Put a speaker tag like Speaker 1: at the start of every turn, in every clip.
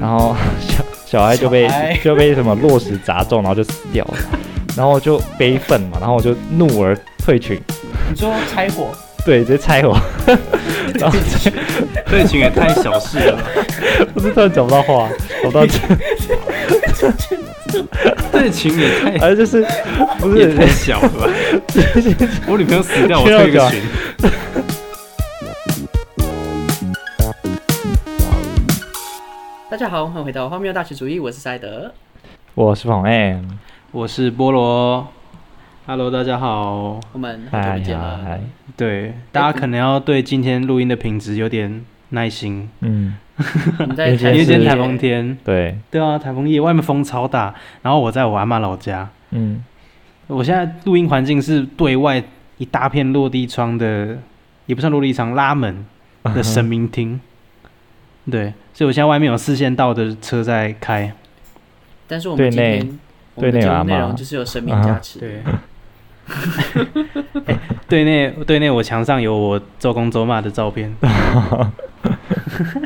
Speaker 1: 然后小小孩就被
Speaker 2: 小孩
Speaker 1: 就被什么落石砸中，然后就死掉了，然后就悲愤嘛，然后我就怒而退群，
Speaker 2: 你说拆火，
Speaker 1: 对，直接拆我， 然后
Speaker 3: 对群也太小事了吧，
Speaker 1: 不是突然找不到话，找不到，
Speaker 3: 对群也太
Speaker 1: 而 就是不
Speaker 3: 也太
Speaker 1: 是
Speaker 3: 小了吧。我女朋友死掉，我退一个群。
Speaker 2: 大家好，欢迎回到荒谬大学主义，我是塞德。
Speaker 1: 我是冯 M，
Speaker 3: 我是菠萝，Hello，大家好。
Speaker 2: 我们好久
Speaker 1: 嗨
Speaker 2: 不见
Speaker 3: 啊
Speaker 1: 嗨
Speaker 2: 了，
Speaker 1: 嗨，
Speaker 3: 对，大家可能要对今天录音的品质有点耐心，
Speaker 1: 嗯，
Speaker 2: 我们在
Speaker 1: 因
Speaker 3: 因
Speaker 1: 为
Speaker 3: 为
Speaker 1: 今
Speaker 3: 今
Speaker 1: 天
Speaker 3: 天
Speaker 1: 是
Speaker 3: 台风，天。
Speaker 1: 对，
Speaker 3: 对啊，台风夜，外面风超大，然后我在我阿妈老家，
Speaker 1: 嗯，
Speaker 3: 我现在录音环境是对外一大片落地窗的，也不算落地窗，拉门
Speaker 1: 嗯
Speaker 3: 的神明厅。对，所以我现在外面有四线道的车在开。
Speaker 2: 但是我们
Speaker 1: 对
Speaker 2: 今
Speaker 1: 内
Speaker 2: 天我们
Speaker 1: 对
Speaker 2: 的
Speaker 1: 内
Speaker 2: 节
Speaker 1: 有
Speaker 2: 目
Speaker 1: 阿嬷
Speaker 2: 内容就是有生命加持，
Speaker 3: 啊对， 哎对内对内，我墙上有我周公周骂的照片。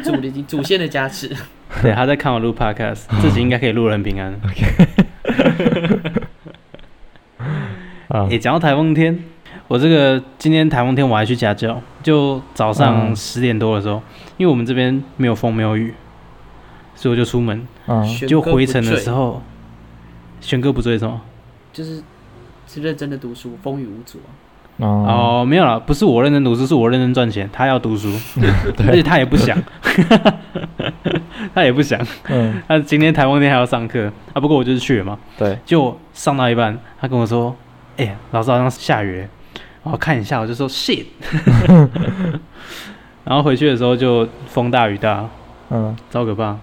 Speaker 2: 祖的 祖先的加持。
Speaker 3: 对，他在看我录 podcast，自己应该可以录得很平安。
Speaker 1: 啊
Speaker 3: 也讲到台风天，我这个今天台风天我还去家教，就早上
Speaker 1: 嗯
Speaker 3: 十点多的时候，因为我们这边没有风没有雨，所以我就出门，
Speaker 1: 啊，
Speaker 2: 选
Speaker 3: 就
Speaker 2: 歌
Speaker 3: 回
Speaker 2: 不
Speaker 3: 程的
Speaker 2: 坠
Speaker 3: 时，候，选歌不追什么？
Speaker 2: 就是是认真的读书，风雨无阻啊。
Speaker 1: 哦，
Speaker 3: 哦，没有啦，不是我认真读书，是我认真赚钱，他要读书，而且他也不想， 他也不想，
Speaker 1: 嗯，
Speaker 3: 他今天台风天还要上课啊，不过我就是去了嘛，
Speaker 1: 对，
Speaker 3: 就上到一半，他跟我说：“哎、老师好像下雨。”我看一下，我就说 “shit”，然后回去的时候就风大雨大，
Speaker 1: 嗯，
Speaker 3: 超可怕。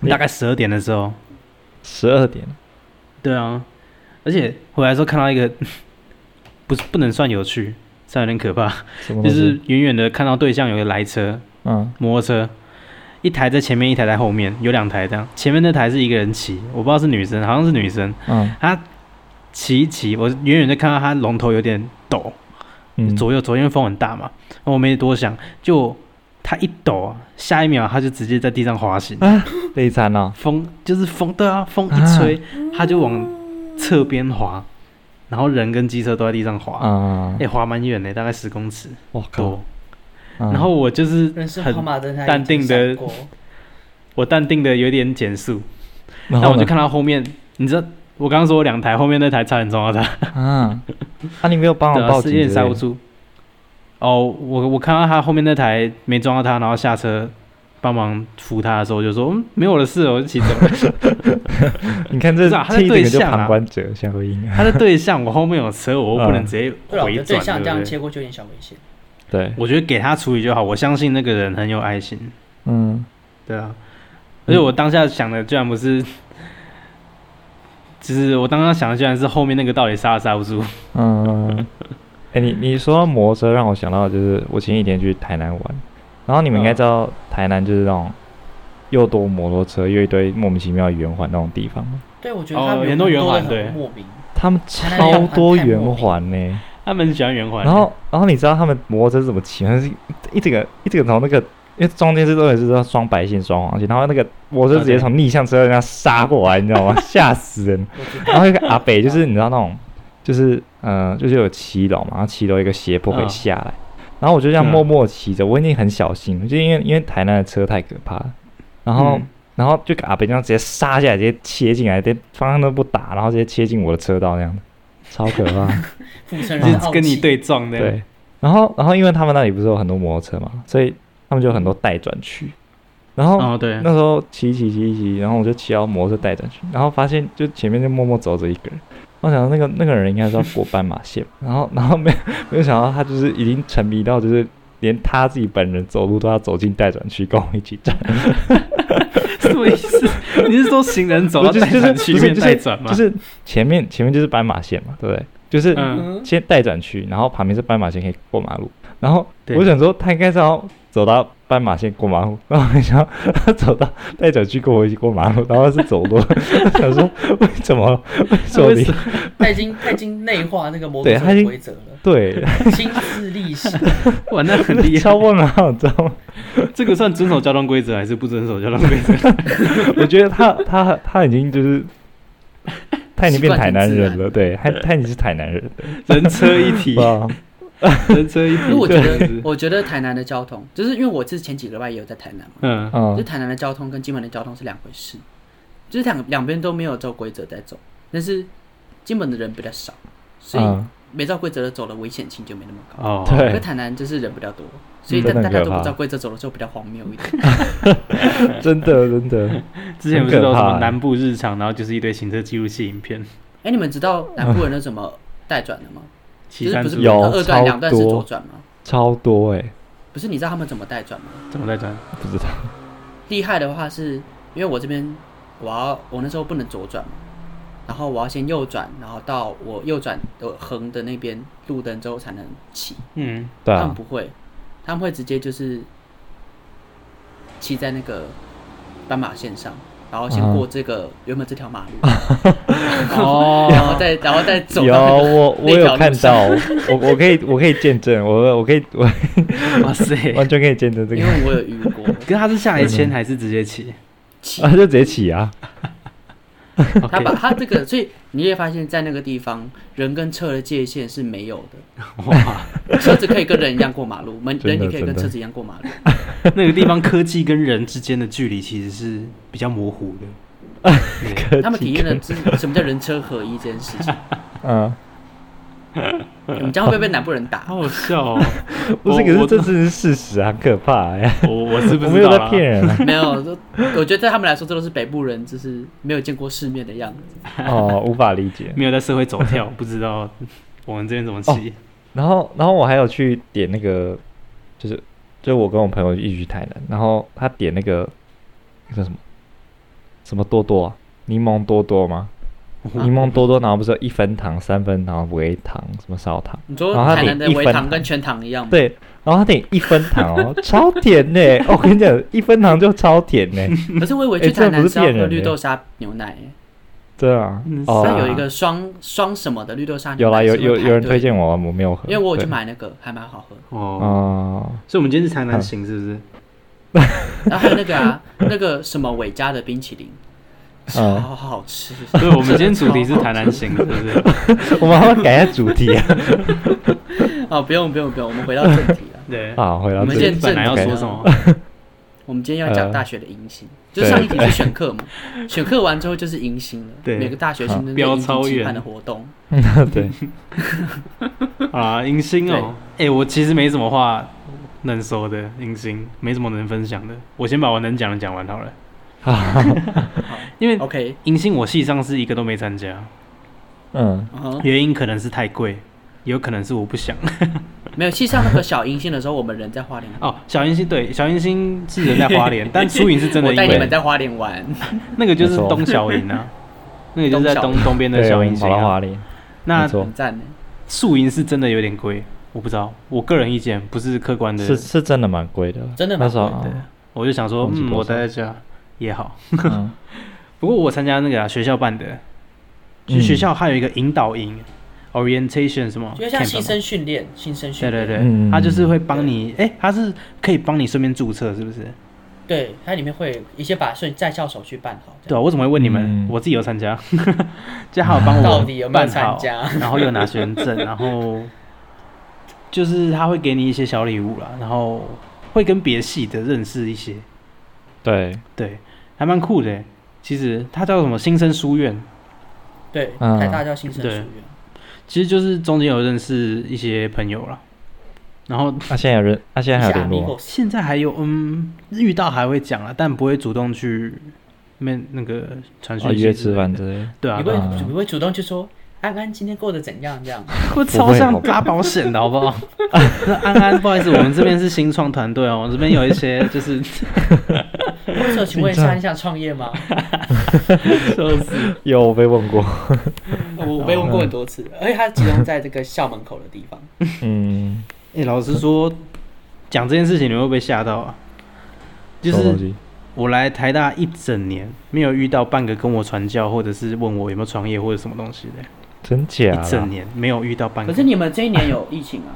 Speaker 1: 你
Speaker 3: 大概十二点的时候，
Speaker 1: 十二点，
Speaker 3: 对啊，而且回来的时候看到一个， 不是不能算有趣，算有点可怕，
Speaker 1: 什么
Speaker 3: 就
Speaker 1: 东西
Speaker 3: 是远远的看到对向有个来车，
Speaker 1: 嗯，
Speaker 3: 摩托车，一台在前面，一台在后面，有两台这样。前面那台是一个人骑，我不知道是女生，好像是女生。
Speaker 1: 嗯
Speaker 3: 她骑一骑，我远远就看到她龙头有点抖，
Speaker 1: 嗯，
Speaker 3: 左右左右因为风很大嘛，我没多想，就她一抖啊，下一秒她就直接在地上滑行。
Speaker 1: 悲惨了，
Speaker 3: 风就是风，对啊，风一吹，她就往侧边滑，然后人跟机车都在地上滑，
Speaker 1: 啊
Speaker 3: 哎、，滑蛮远的，大概十公尺
Speaker 1: 我
Speaker 3: 多。，
Speaker 1: 嗯
Speaker 3: 然后我就是
Speaker 2: 人生
Speaker 3: 很
Speaker 2: 跑马灯它已经
Speaker 3: 淡定地
Speaker 2: 闪过
Speaker 3: 我淡定的有点减速，
Speaker 1: 然
Speaker 3: 那
Speaker 1: 后
Speaker 3: 我就
Speaker 1: 呢
Speaker 3: 看到后面，你知道，我刚刚说我两台，后面那台差点撞到他，
Speaker 1: 啊，啊，你没有帮
Speaker 3: 对
Speaker 1: 我
Speaker 3: 啊，
Speaker 1: 报
Speaker 3: 是
Speaker 1: 警
Speaker 3: 有
Speaker 1: 之类
Speaker 3: 点
Speaker 1: 的，
Speaker 3: 刹不住。哦，我我看到他后面那台没撞到他，然后下车帮忙扶他的时候，我就说嗯，没有我的事，我就骑走 了。
Speaker 1: 你看这
Speaker 3: 不是啊他在
Speaker 1: 这一
Speaker 3: 对
Speaker 1: 点就
Speaker 3: 象啊
Speaker 1: 旁观者相对应，啊
Speaker 3: 他的对象，我后面有车，我
Speaker 1: 嗯
Speaker 3: 又不能直接
Speaker 2: 对啊，我觉
Speaker 3: 回
Speaker 2: 得对
Speaker 3: 转，
Speaker 2: 象这
Speaker 3: 对
Speaker 2: 样
Speaker 3: 不
Speaker 2: 切
Speaker 3: 对？
Speaker 2: 过去有点小危险。
Speaker 1: 对，
Speaker 3: 我觉得给他处理就好，我相信那个人很有爱心，
Speaker 1: 嗯，
Speaker 3: 对啊。而且我当下想的居然不是，就是我当下想的居然是后面那个到底刹不刹不住。
Speaker 1: 嗯，哎、你你说到摩托车，让我想到就是我前几天去台南玩，然后你们应该
Speaker 3: 嗯
Speaker 1: 知道台南就是那种又多摩托车又一堆莫名其妙的圆环那种地方，
Speaker 2: 对，我觉
Speaker 3: 哦
Speaker 2: 得他们
Speaker 3: 很多圆环
Speaker 2: 很
Speaker 3: 对
Speaker 2: 莫名。
Speaker 1: 他们
Speaker 2: 台南圆
Speaker 1: 超
Speaker 2: 环
Speaker 1: 多
Speaker 3: 哦
Speaker 2: 太莫
Speaker 1: 圆
Speaker 2: 名
Speaker 1: 环呢、
Speaker 3: 他们很喜欢圆环，
Speaker 1: 然后然后你知道他们摩托车是怎么骑吗？它是一一整个一整个从那个。因为中间是都也是双白线、双黄线，然后那个摩托车直接从逆向车人家杀过来，你知道 吗？吓死人！
Speaker 2: 我觉得
Speaker 1: 然后一个阿北就是你知道那种，就是呃，就是有七楼嘛，然后七楼一个斜坡可以下来，然后我就这样默默骑着，我已经很小心，就因为因为台南的车太可怕了，然后、
Speaker 3: 嗯
Speaker 1: 然后就给阿北这样直接杀下来，直接切进来，连方向都不打，然后直接切进我的车道那样的，超可怕。
Speaker 2: 附身人的
Speaker 3: 就
Speaker 2: 傲
Speaker 3: 跟你
Speaker 2: 气，
Speaker 3: 对撞的，
Speaker 1: 对，然后然后因为他们那里不是有很多摩托车嘛，所以他们就有很多待转区，然后
Speaker 3: 哦，对，
Speaker 1: 那时候骑骑骑骑，然后我就骑到摩托车带着去，然后发现就前面就默默走着一个人。我想那个那个人应该是要过斑马线， 然后然后没有没有想到他就是已经沉迷到就是连他自己本人走路都要走进待转区跟我一起站，
Speaker 3: 什么意思？你是说行人走到
Speaker 1: 就是
Speaker 3: 待
Speaker 1: 就是
Speaker 3: 转区
Speaker 1: 就是
Speaker 3: 变
Speaker 1: 就
Speaker 3: 待
Speaker 1: 是
Speaker 3: 转吗？
Speaker 1: 就是前面前面就是斑马线嘛，对不对？就是
Speaker 3: 嗯
Speaker 2: 嗯，
Speaker 1: 先待转区，然后旁边是斑马线可以过马路，然后
Speaker 3: 对
Speaker 1: 我想说他应该是要走到斑马线过马路，然后没想到他走到带脚去跟我一起过马路，然后是走路，我想说为什么为什么
Speaker 3: 为
Speaker 1: 你
Speaker 3: 什么
Speaker 2: 他已经他已经内化那个摩
Speaker 1: 对
Speaker 2: 托
Speaker 1: 他
Speaker 2: 车
Speaker 1: 已
Speaker 2: 的
Speaker 1: 经
Speaker 2: 规则了，
Speaker 1: 对
Speaker 2: 心自力行。
Speaker 3: 哇，那很厉害
Speaker 1: 超。问号，你知道吗？
Speaker 3: 这个算遵守交通规则还是不遵守交通规则？
Speaker 1: 我觉得他他他已经就是。他已经变台南人了，对，他他已经是台南人了，
Speaker 3: 人车一 体，
Speaker 1: 哇，
Speaker 3: 人车一
Speaker 2: 因
Speaker 3: 体。
Speaker 2: 为我觉
Speaker 3: 这
Speaker 2: 得
Speaker 3: 样子，
Speaker 2: 我觉得台南的交通，就是因为我是前几个礼拜也有在台南嘛，
Speaker 3: 嗯，
Speaker 2: 就
Speaker 1: 嗯，
Speaker 2: 台南的交通跟金门的交通是两回事，就是两两边都没有照规则在走，但是金门的人比较少，所以
Speaker 1: 嗯，
Speaker 2: 没照规则的走的危险性就没那么高。
Speaker 3: 哦，
Speaker 1: 对
Speaker 2: 可是台南就是人比较多，所以
Speaker 1: 嗯
Speaker 2: 大
Speaker 1: 真的
Speaker 2: 大
Speaker 1: 很
Speaker 2: 家
Speaker 1: 可
Speaker 2: 都不
Speaker 1: 怕
Speaker 2: 照规则走的时候比较荒谬一点。
Speaker 1: 真的真的，
Speaker 3: 之前不是都有什
Speaker 1: 很可
Speaker 3: 么
Speaker 1: 怕
Speaker 3: 南部日常，然后就是一堆行车记录器影片，
Speaker 2: 哎，你们知道南部人都怎么带转的吗？就
Speaker 3: 骑
Speaker 2: 是
Speaker 3: 山
Speaker 2: 不是
Speaker 3: 猪
Speaker 2: 不是
Speaker 1: 有
Speaker 2: 二段
Speaker 1: 超
Speaker 2: 两段是
Speaker 1: 多
Speaker 2: 左转吗？
Speaker 1: 超多哎、
Speaker 2: 不是，你知道他们怎么带转吗？
Speaker 3: 怎么在转？
Speaker 1: 不知道，
Speaker 2: 厉害的话是，因为我这边我要我那时候不能左转嘛，然后我要先右转，然后到我右转的呃横的那边路灯之后才能骑。
Speaker 3: 嗯，
Speaker 1: 对
Speaker 2: 他们
Speaker 1: 啊，
Speaker 2: 不会，他们会直接就是骑在那个斑马线上，然后先过这个、原本这条马路，
Speaker 3: 哦
Speaker 2: 然后再然后再走
Speaker 1: 有
Speaker 2: 到那个
Speaker 1: 我我
Speaker 2: 那条
Speaker 1: 有
Speaker 2: 路
Speaker 1: 看
Speaker 2: 上
Speaker 1: 到，我我可以我可以见证，我我可以我
Speaker 3: 哇塞！
Speaker 1: 完全可以见证这
Speaker 2: 因
Speaker 1: 个，
Speaker 2: 为我有遇过
Speaker 3: 可是他是下来签还是直接骑？
Speaker 2: 骑
Speaker 1: 啊就直接起 啊，
Speaker 2: 他
Speaker 3: OK
Speaker 2: 把他这个，所以你也发现，在那个地方，人跟车的界限是没有
Speaker 3: 哇，
Speaker 2: 的，车子可以跟人一样过马路，门
Speaker 1: 真
Speaker 2: 人
Speaker 1: 的
Speaker 2: 也可以
Speaker 1: 真
Speaker 2: 跟
Speaker 1: 的
Speaker 2: 车子一样过马路。
Speaker 3: 那个地方科技跟人之间的距离其实是比较模糊的。 对
Speaker 2: 他们体 验了知什么叫人车合一这件事情。
Speaker 1: 嗯，
Speaker 2: 你们这样会不会被南部人打？
Speaker 3: 好好笑哦！
Speaker 1: 不是，
Speaker 3: 我
Speaker 1: 可是
Speaker 3: 我
Speaker 1: 这真是事实啊，很可怕呀、
Speaker 3: 我我是不
Speaker 1: 我
Speaker 3: 知
Speaker 1: 没有
Speaker 3: 道
Speaker 1: 在
Speaker 3: 啦
Speaker 1: 骗人 啊，
Speaker 2: 没有，都我觉得对他们来说，这都是北部人，就是没有见过世面的样子。
Speaker 1: 哦，无法理解。
Speaker 3: 没有在社会走跳， 不知道我们这边怎么骑。
Speaker 1: 然后，然后我还有去点那个，就是就是我跟我朋友一起去台南，然后他点那个那个什么什么多多、啊，柠檬多多吗？
Speaker 2: 啊
Speaker 1: 柠檬多多，然后不是有一分糖、三分糖、微糖、什么少糖？
Speaker 2: 你说
Speaker 1: 然啊后他
Speaker 2: 台
Speaker 1: 点
Speaker 2: 南的
Speaker 1: 一
Speaker 2: 微
Speaker 1: 分
Speaker 2: 糖
Speaker 1: 糖
Speaker 2: 跟全糖一样吗？
Speaker 1: 对，然后他点一分糖 哦，超甜呢、哦我跟你讲，一分糖就超甜 呢、
Speaker 2: 可是我以为
Speaker 1: 哎
Speaker 2: 去台
Speaker 1: 这
Speaker 2: 南
Speaker 1: 不
Speaker 2: 是
Speaker 1: 是
Speaker 2: 要
Speaker 1: 骗
Speaker 2: 喝
Speaker 1: 人
Speaker 2: 绿
Speaker 1: 的
Speaker 2: 豆沙牛奶，
Speaker 1: 对啊
Speaker 3: 嗯，
Speaker 1: 哦
Speaker 2: 它
Speaker 3: 是
Speaker 2: 有一个双双什么的绿豆沙牛
Speaker 1: 有啦，
Speaker 2: 奶
Speaker 1: 有
Speaker 2: 是会
Speaker 1: 有
Speaker 2: 排
Speaker 1: 有人
Speaker 2: 队
Speaker 1: 推
Speaker 2: 的，
Speaker 1: 荐我，我没有喝，
Speaker 2: 因为我有去
Speaker 1: 对
Speaker 2: 买那个，还蛮好喝的。
Speaker 3: 哦，
Speaker 1: 哦，
Speaker 3: 所以我们今天是台南行，是不是？
Speaker 2: 然后还有那个啊， 那个什么伟嘉的冰淇淋，超
Speaker 1: 嗯
Speaker 2: 好吃。
Speaker 3: 对，我们今天主题是台南 行，是不是？
Speaker 1: 我们还要改一下主题啊。
Speaker 2: 哦，不用不用不用，我们回到正题了。
Speaker 3: 对，
Speaker 1: 好，回到
Speaker 2: 我们
Speaker 1: 这
Speaker 2: 现
Speaker 1: 里，
Speaker 2: 在
Speaker 3: 本来要说什么？
Speaker 2: 我们今天要讲大学的迎新，就上一题是选课嘛， 选课完之后就是迎新了。
Speaker 3: 对
Speaker 2: 每个大学生都在
Speaker 3: 飙
Speaker 2: 迎
Speaker 3: 超
Speaker 2: 新期
Speaker 3: 远
Speaker 2: 盼的活动，
Speaker 1: 对，
Speaker 3: 啊，迎新哦，哎、我其实没什么话能说的，迎新没什么能分享的，我先把我能讲的讲完好了。
Speaker 1: 好，
Speaker 3: 因为
Speaker 2: OK，
Speaker 3: 迎新我系上是一个都没参加，
Speaker 1: 嗯，
Speaker 2: 嗯哼，
Speaker 3: 原因可能是太贵，也有可能是我不想。
Speaker 2: 没有。其实上那个小迎新的时候，我们人在花莲玩，
Speaker 3: 哦，小迎新对，小迎新是人在花莲， 但初营是真的
Speaker 2: 我
Speaker 3: 因
Speaker 2: 带你们
Speaker 3: 为
Speaker 2: 在花莲玩，
Speaker 3: 那个就是
Speaker 1: 没错
Speaker 3: 东小营 啊，那个就是在东
Speaker 2: 东小
Speaker 3: 东边的
Speaker 1: 对，
Speaker 3: 小
Speaker 1: 我
Speaker 3: 迎
Speaker 1: 们
Speaker 3: 新、
Speaker 1: 跑到
Speaker 3: 啊。
Speaker 1: 华联，
Speaker 3: 那
Speaker 1: 没错
Speaker 2: 很赞呢。
Speaker 3: 宿营是真的有点贵，我不知道，我个人意见不是客观的，
Speaker 1: 是是真的蛮贵的，
Speaker 2: 真的蛮
Speaker 1: 那时候，
Speaker 3: 对，我就想说，
Speaker 1: 忘记
Speaker 3: 嗯，
Speaker 1: 多
Speaker 3: 我
Speaker 1: 少
Speaker 3: 待在家也好。
Speaker 1: 嗯
Speaker 3: 不过我参加那个、啊、学校办的，就
Speaker 1: 嗯
Speaker 3: 是学校还有一个引导营、o r i e n t a t i o n 什么
Speaker 2: 就像
Speaker 3: camp
Speaker 2: 新
Speaker 3: 吗
Speaker 2: 生训练，新生
Speaker 3: 对
Speaker 2: 训
Speaker 3: 对
Speaker 2: 练，
Speaker 3: 对，
Speaker 1: 嗯
Speaker 3: 他就是会帮你，哎、他是可以帮你顺便注册，是不是？
Speaker 2: 对对，它里面会有一些把税在校手续办好。
Speaker 3: 对啊，我怎么会问你们？
Speaker 1: 嗯
Speaker 3: 我自己有参加， 就他有帮我
Speaker 2: 到底有没有
Speaker 3: 办
Speaker 2: 参
Speaker 3: 好，
Speaker 2: 加
Speaker 3: 然后又拿学生证，然 后就是他会给你一些小礼物啦，然后会跟别系的认识一些，
Speaker 1: 对，
Speaker 3: 对，还蛮酷的。其实他叫什么新生书院，
Speaker 2: 对，
Speaker 1: 嗯
Speaker 2: 台大叫新生书院，
Speaker 3: 其实就是中间有认识一些朋友啦，然后
Speaker 1: 那啊现在有人，那现在还有
Speaker 2: 下
Speaker 1: 联络吗，
Speaker 2: Amigos
Speaker 3: 现在还有嗯，遇到还会讲啊，但不会主动去面那个传讯
Speaker 1: 哦，
Speaker 3: 息之类
Speaker 1: 约
Speaker 3: 的
Speaker 1: 吃饭，之类的，
Speaker 3: 对啊
Speaker 2: 你，会
Speaker 1: 嗯
Speaker 2: 你会主动去说安安今天过得怎样这 样？
Speaker 3: 我超像拉保险的好不好？那哦 安安，不好意思，我们这边是新创团队哦，我这边有一些就是
Speaker 2: 或者请问一下，你想创业吗？
Speaker 3: 笑死，
Speaker 1: 有我被问过，
Speaker 2: 我我被问过很多次，而且它集中在这个校门口的地方，
Speaker 1: 嗯，
Speaker 3: 哎、老实说，讲这件事情你会不会吓到啊？就
Speaker 1: 什么东
Speaker 3: 是
Speaker 1: 西
Speaker 3: 我来台大一整年，没有遇到半个跟我传教，或者是问我有没有创业或者什么东西的，
Speaker 1: 真假
Speaker 3: 一整
Speaker 1: 啦？
Speaker 3: 年没有遇到半 个。
Speaker 2: 可是你们这一年有疫情啊？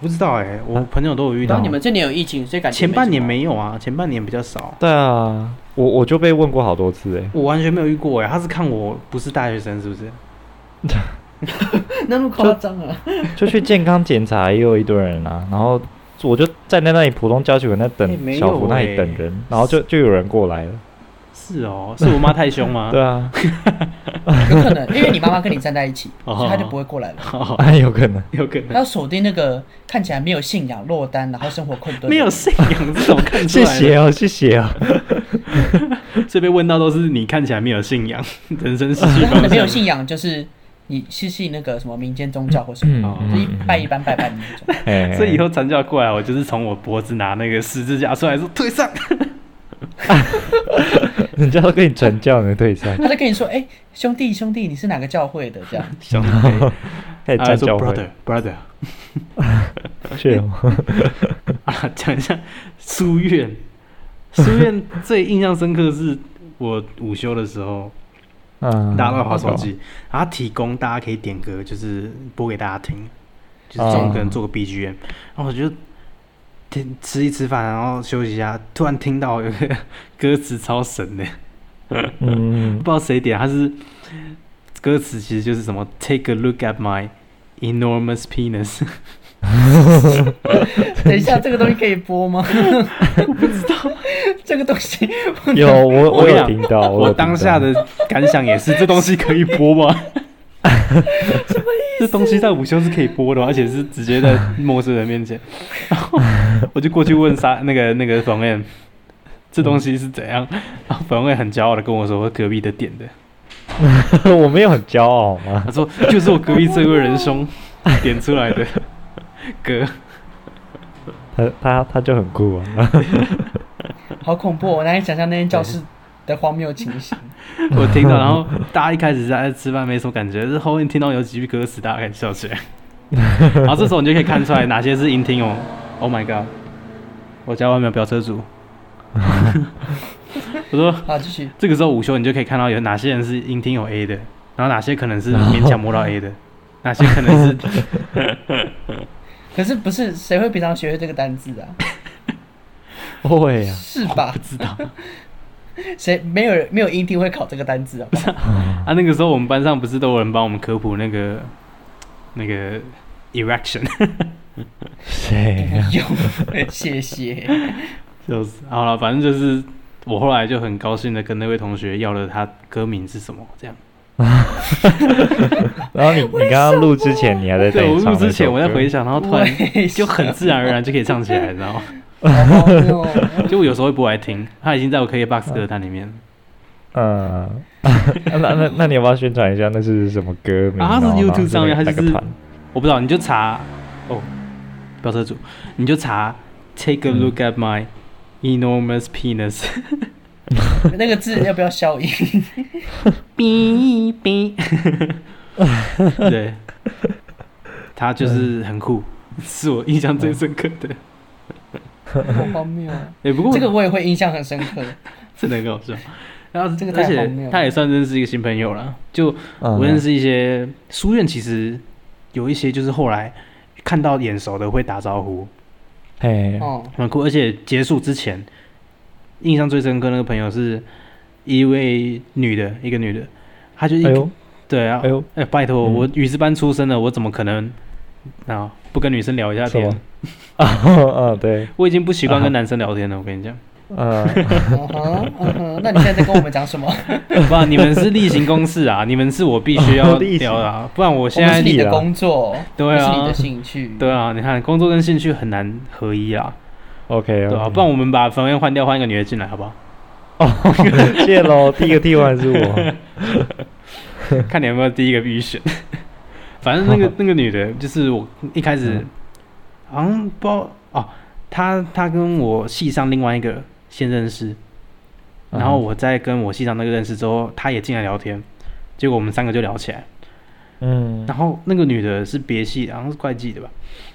Speaker 3: 不知道哎、我
Speaker 1: 啊
Speaker 3: 朋友都有 遇
Speaker 2: 然
Speaker 3: 到。
Speaker 2: 后你们这年有疫情，所以感觉
Speaker 3: 前半年
Speaker 2: 什么
Speaker 3: 没有啊，前半年比较少，
Speaker 1: 对啊，我我就被问过好多次哎、
Speaker 3: 我完全没有遇过哎、他是看我不是大学生是不是？
Speaker 2: 那么夸张啊！
Speaker 1: 就去健康检查也有一堆人啊，然后我就站在那里浦东交球馆那
Speaker 3: 哎没
Speaker 1: 等
Speaker 3: 有
Speaker 1: 小福那里等人，然后就就有人过来了。
Speaker 3: 是哦，是我妈太凶吗？
Speaker 1: 对啊，
Speaker 2: 有可能，因为你妈妈跟你站在一起，
Speaker 3: 哦
Speaker 2: 所以她就不会过来了。
Speaker 3: 哦，
Speaker 1: 哎，有可能。
Speaker 3: 有可
Speaker 2: 她
Speaker 3: 能
Speaker 2: 要锁定那个看起来没有信仰、落单，然后生活困顿。
Speaker 3: 没有，信仰，这怎么看出
Speaker 1: 谢
Speaker 3: 来？
Speaker 1: 谢，哦，谢谢 哦。
Speaker 3: 这被问到都是你看起来没有信仰， 人生失去
Speaker 2: 她可
Speaker 3: 方
Speaker 2: 能没有
Speaker 3: 向。
Speaker 2: 信仰，就是你是信那个什么民间宗教或什么，
Speaker 3: 哦
Speaker 2: 就一拜一般拜拜的那 种。
Speaker 1: 哎，
Speaker 3: 所以以
Speaker 1: 后
Speaker 3: 后传教过来，我就是从我脖子拿那个十字架出来说退上。
Speaker 1: 人家都跟你传教呢，对噻，
Speaker 2: 她就跟你说：“哎，兄弟兄弟，你是哪个教会的？”这样，
Speaker 3: 想得
Speaker 1: 开始
Speaker 3: 他
Speaker 1: 站
Speaker 3: 说
Speaker 1: 哎教会
Speaker 3: 啊
Speaker 1: 哦
Speaker 3: brother brother
Speaker 1: 去 了。
Speaker 3: 啊，讲一下书院。书院最印象深刻的是我午休的时候，
Speaker 1: 嗯，
Speaker 3: 大家都在滑手机，然后他提供大家可以点歌，就是播给大家听，就是
Speaker 1: 啊
Speaker 3: 中可能做个 BGM，、然后我就听吃一吃饭，然后休息一下，突然听到有个歌词超神的，
Speaker 1: 嗯，
Speaker 3: 不
Speaker 1: 嗯，
Speaker 3: 知道谁点，他是歌词其实就是什么 Take a look at my enormous penis，
Speaker 2: 等一下，这个东西可以播吗？ 我不知道，这个东西不 能
Speaker 1: 嗯有我
Speaker 3: 我
Speaker 1: 我
Speaker 3: 跟
Speaker 1: 有
Speaker 3: 你讲
Speaker 1: 听 到，有
Speaker 3: 我
Speaker 1: 听
Speaker 3: 当
Speaker 1: 到
Speaker 3: 下的感想也是，这 东西可以播吗？这东西在午休是可以播的吗，而且是直接在陌生人面前。 然后我就过去问沙 那个那个冯燕，这东西是怎样？然后冯燕很骄傲的跟我说，隔壁的点的。
Speaker 1: 我没有很骄傲好吗？
Speaker 3: 他说就是我隔壁这位仁兄点出来的 歌。
Speaker 1: 他他他就很酷啊，
Speaker 2: 好恐
Speaker 3: 嗯
Speaker 2: 怖哦！我难以想象那间教室的荒谬情 形。
Speaker 3: 我听到，然后大家一开始在吃饭没什么感觉，是后面听到有几句歌词，大家开始笑起 来。然后这时候你就可以看出来哪些是音听哦。Oh my god！我家外面有飙车 族。我说
Speaker 2: 好，继续。
Speaker 3: 这个时候午休，你就可以看到有哪些人是音听有 A 的，然后哪些可能是勉强摸到 A 的，哪些可能 是
Speaker 2: 可是不是谁会平常学会这个单字啊？
Speaker 1: 会啊，
Speaker 2: 是吧
Speaker 3: 不？知道。
Speaker 2: 谁没有人没有一定会考这个单 字啊？
Speaker 3: 啊，那个时候我们班上不是都有人帮我们科普那个那个 erection，
Speaker 1: 谁啊？
Speaker 2: 不用，谢谢。
Speaker 3: 就是好了，反正就是我后来就很高兴的跟那位同学要了他歌名是什么，这样。
Speaker 1: 然后你你刚刚录之前，你还在
Speaker 3: 对，我
Speaker 1: 等
Speaker 3: 录之前我在回
Speaker 1: 想，
Speaker 3: 想，然后突然
Speaker 2: 为什
Speaker 3: 就 很自然而然就可以唱起来，你知道吗？
Speaker 2: 好荒谬哦
Speaker 3: 就我有时候会不爱听，他已经在我 K box 歌单里面。
Speaker 1: 嗯， 那那那你要不要宣传一下那是什么歌名？
Speaker 3: 啊它是
Speaker 1: 然后
Speaker 3: YouTube 上面
Speaker 1: 然后
Speaker 3: 它就是
Speaker 1: 哪个团
Speaker 3: 我不知道，你就查哦，飙车主，你就查 Take a look at my enormous penis，
Speaker 2: 那个字要不要消音？
Speaker 3: 哔哔，对，他就是很酷，是我印象最深刻的。
Speaker 2: 好荒谬哦！
Speaker 3: 哎、不过
Speaker 2: 这个我也会印象很深刻。
Speaker 3: 真的很搞笑。然后
Speaker 2: 这个
Speaker 3: 而
Speaker 2: 太荒谬
Speaker 3: 且
Speaker 2: 了
Speaker 3: 他也算认识一个新朋友了。就
Speaker 1: 嗯
Speaker 3: 我认识一些书院，其实有一些就是后来看到眼熟的会打招呼，
Speaker 1: 嘿，
Speaker 2: 哦，
Speaker 3: 很酷。而且结束之前，印象最深刻那个朋友是一位女的，一个女的，她就一、
Speaker 1: 哎呦
Speaker 3: 对啊
Speaker 1: 哎，呦，
Speaker 3: 哎、拜托，
Speaker 1: 嗯
Speaker 3: 我语师班出身的，我怎么可能啊不跟女生聊一下
Speaker 1: 什
Speaker 3: 天
Speaker 1: 么？？啊 啊对，
Speaker 3: 我已经不习惯
Speaker 1: 啊
Speaker 3: 跟男生聊天了，我跟 你讲。
Speaker 1: 嗯，
Speaker 2: 嗯哼，嗯哼，那你现在在跟我们讲什么？
Speaker 3: 不，你们是例行公事啊，你们是我必须要
Speaker 1: 哦例行
Speaker 3: 聊的、啊，不然我
Speaker 2: 我
Speaker 3: 现
Speaker 2: 们
Speaker 3: 在
Speaker 2: 是你
Speaker 1: 力
Speaker 2: 的
Speaker 1: 啦
Speaker 2: 工作，
Speaker 3: 对啊
Speaker 2: 不是你的兴趣。
Speaker 3: 对啊，你看工作跟兴趣很难合一啊，
Speaker 1: OK，嗯
Speaker 3: 对啊，不然我们把冯燕换掉，换一个女的进来好不好？
Speaker 1: 然谢喽，第一个替换是 我，
Speaker 3: 看你有没有第一个预选。 反正那个那个女的，就是我一开始
Speaker 1: 嗯
Speaker 3: 好像不知道哦，她她跟我系上另外一个先认识，
Speaker 1: 嗯
Speaker 3: 然后我再跟我系上那个认识之后，她也进来聊天，结果我们三个就聊起来。
Speaker 1: 嗯，
Speaker 3: 然后那个女的是别系的，好像是会计的吧。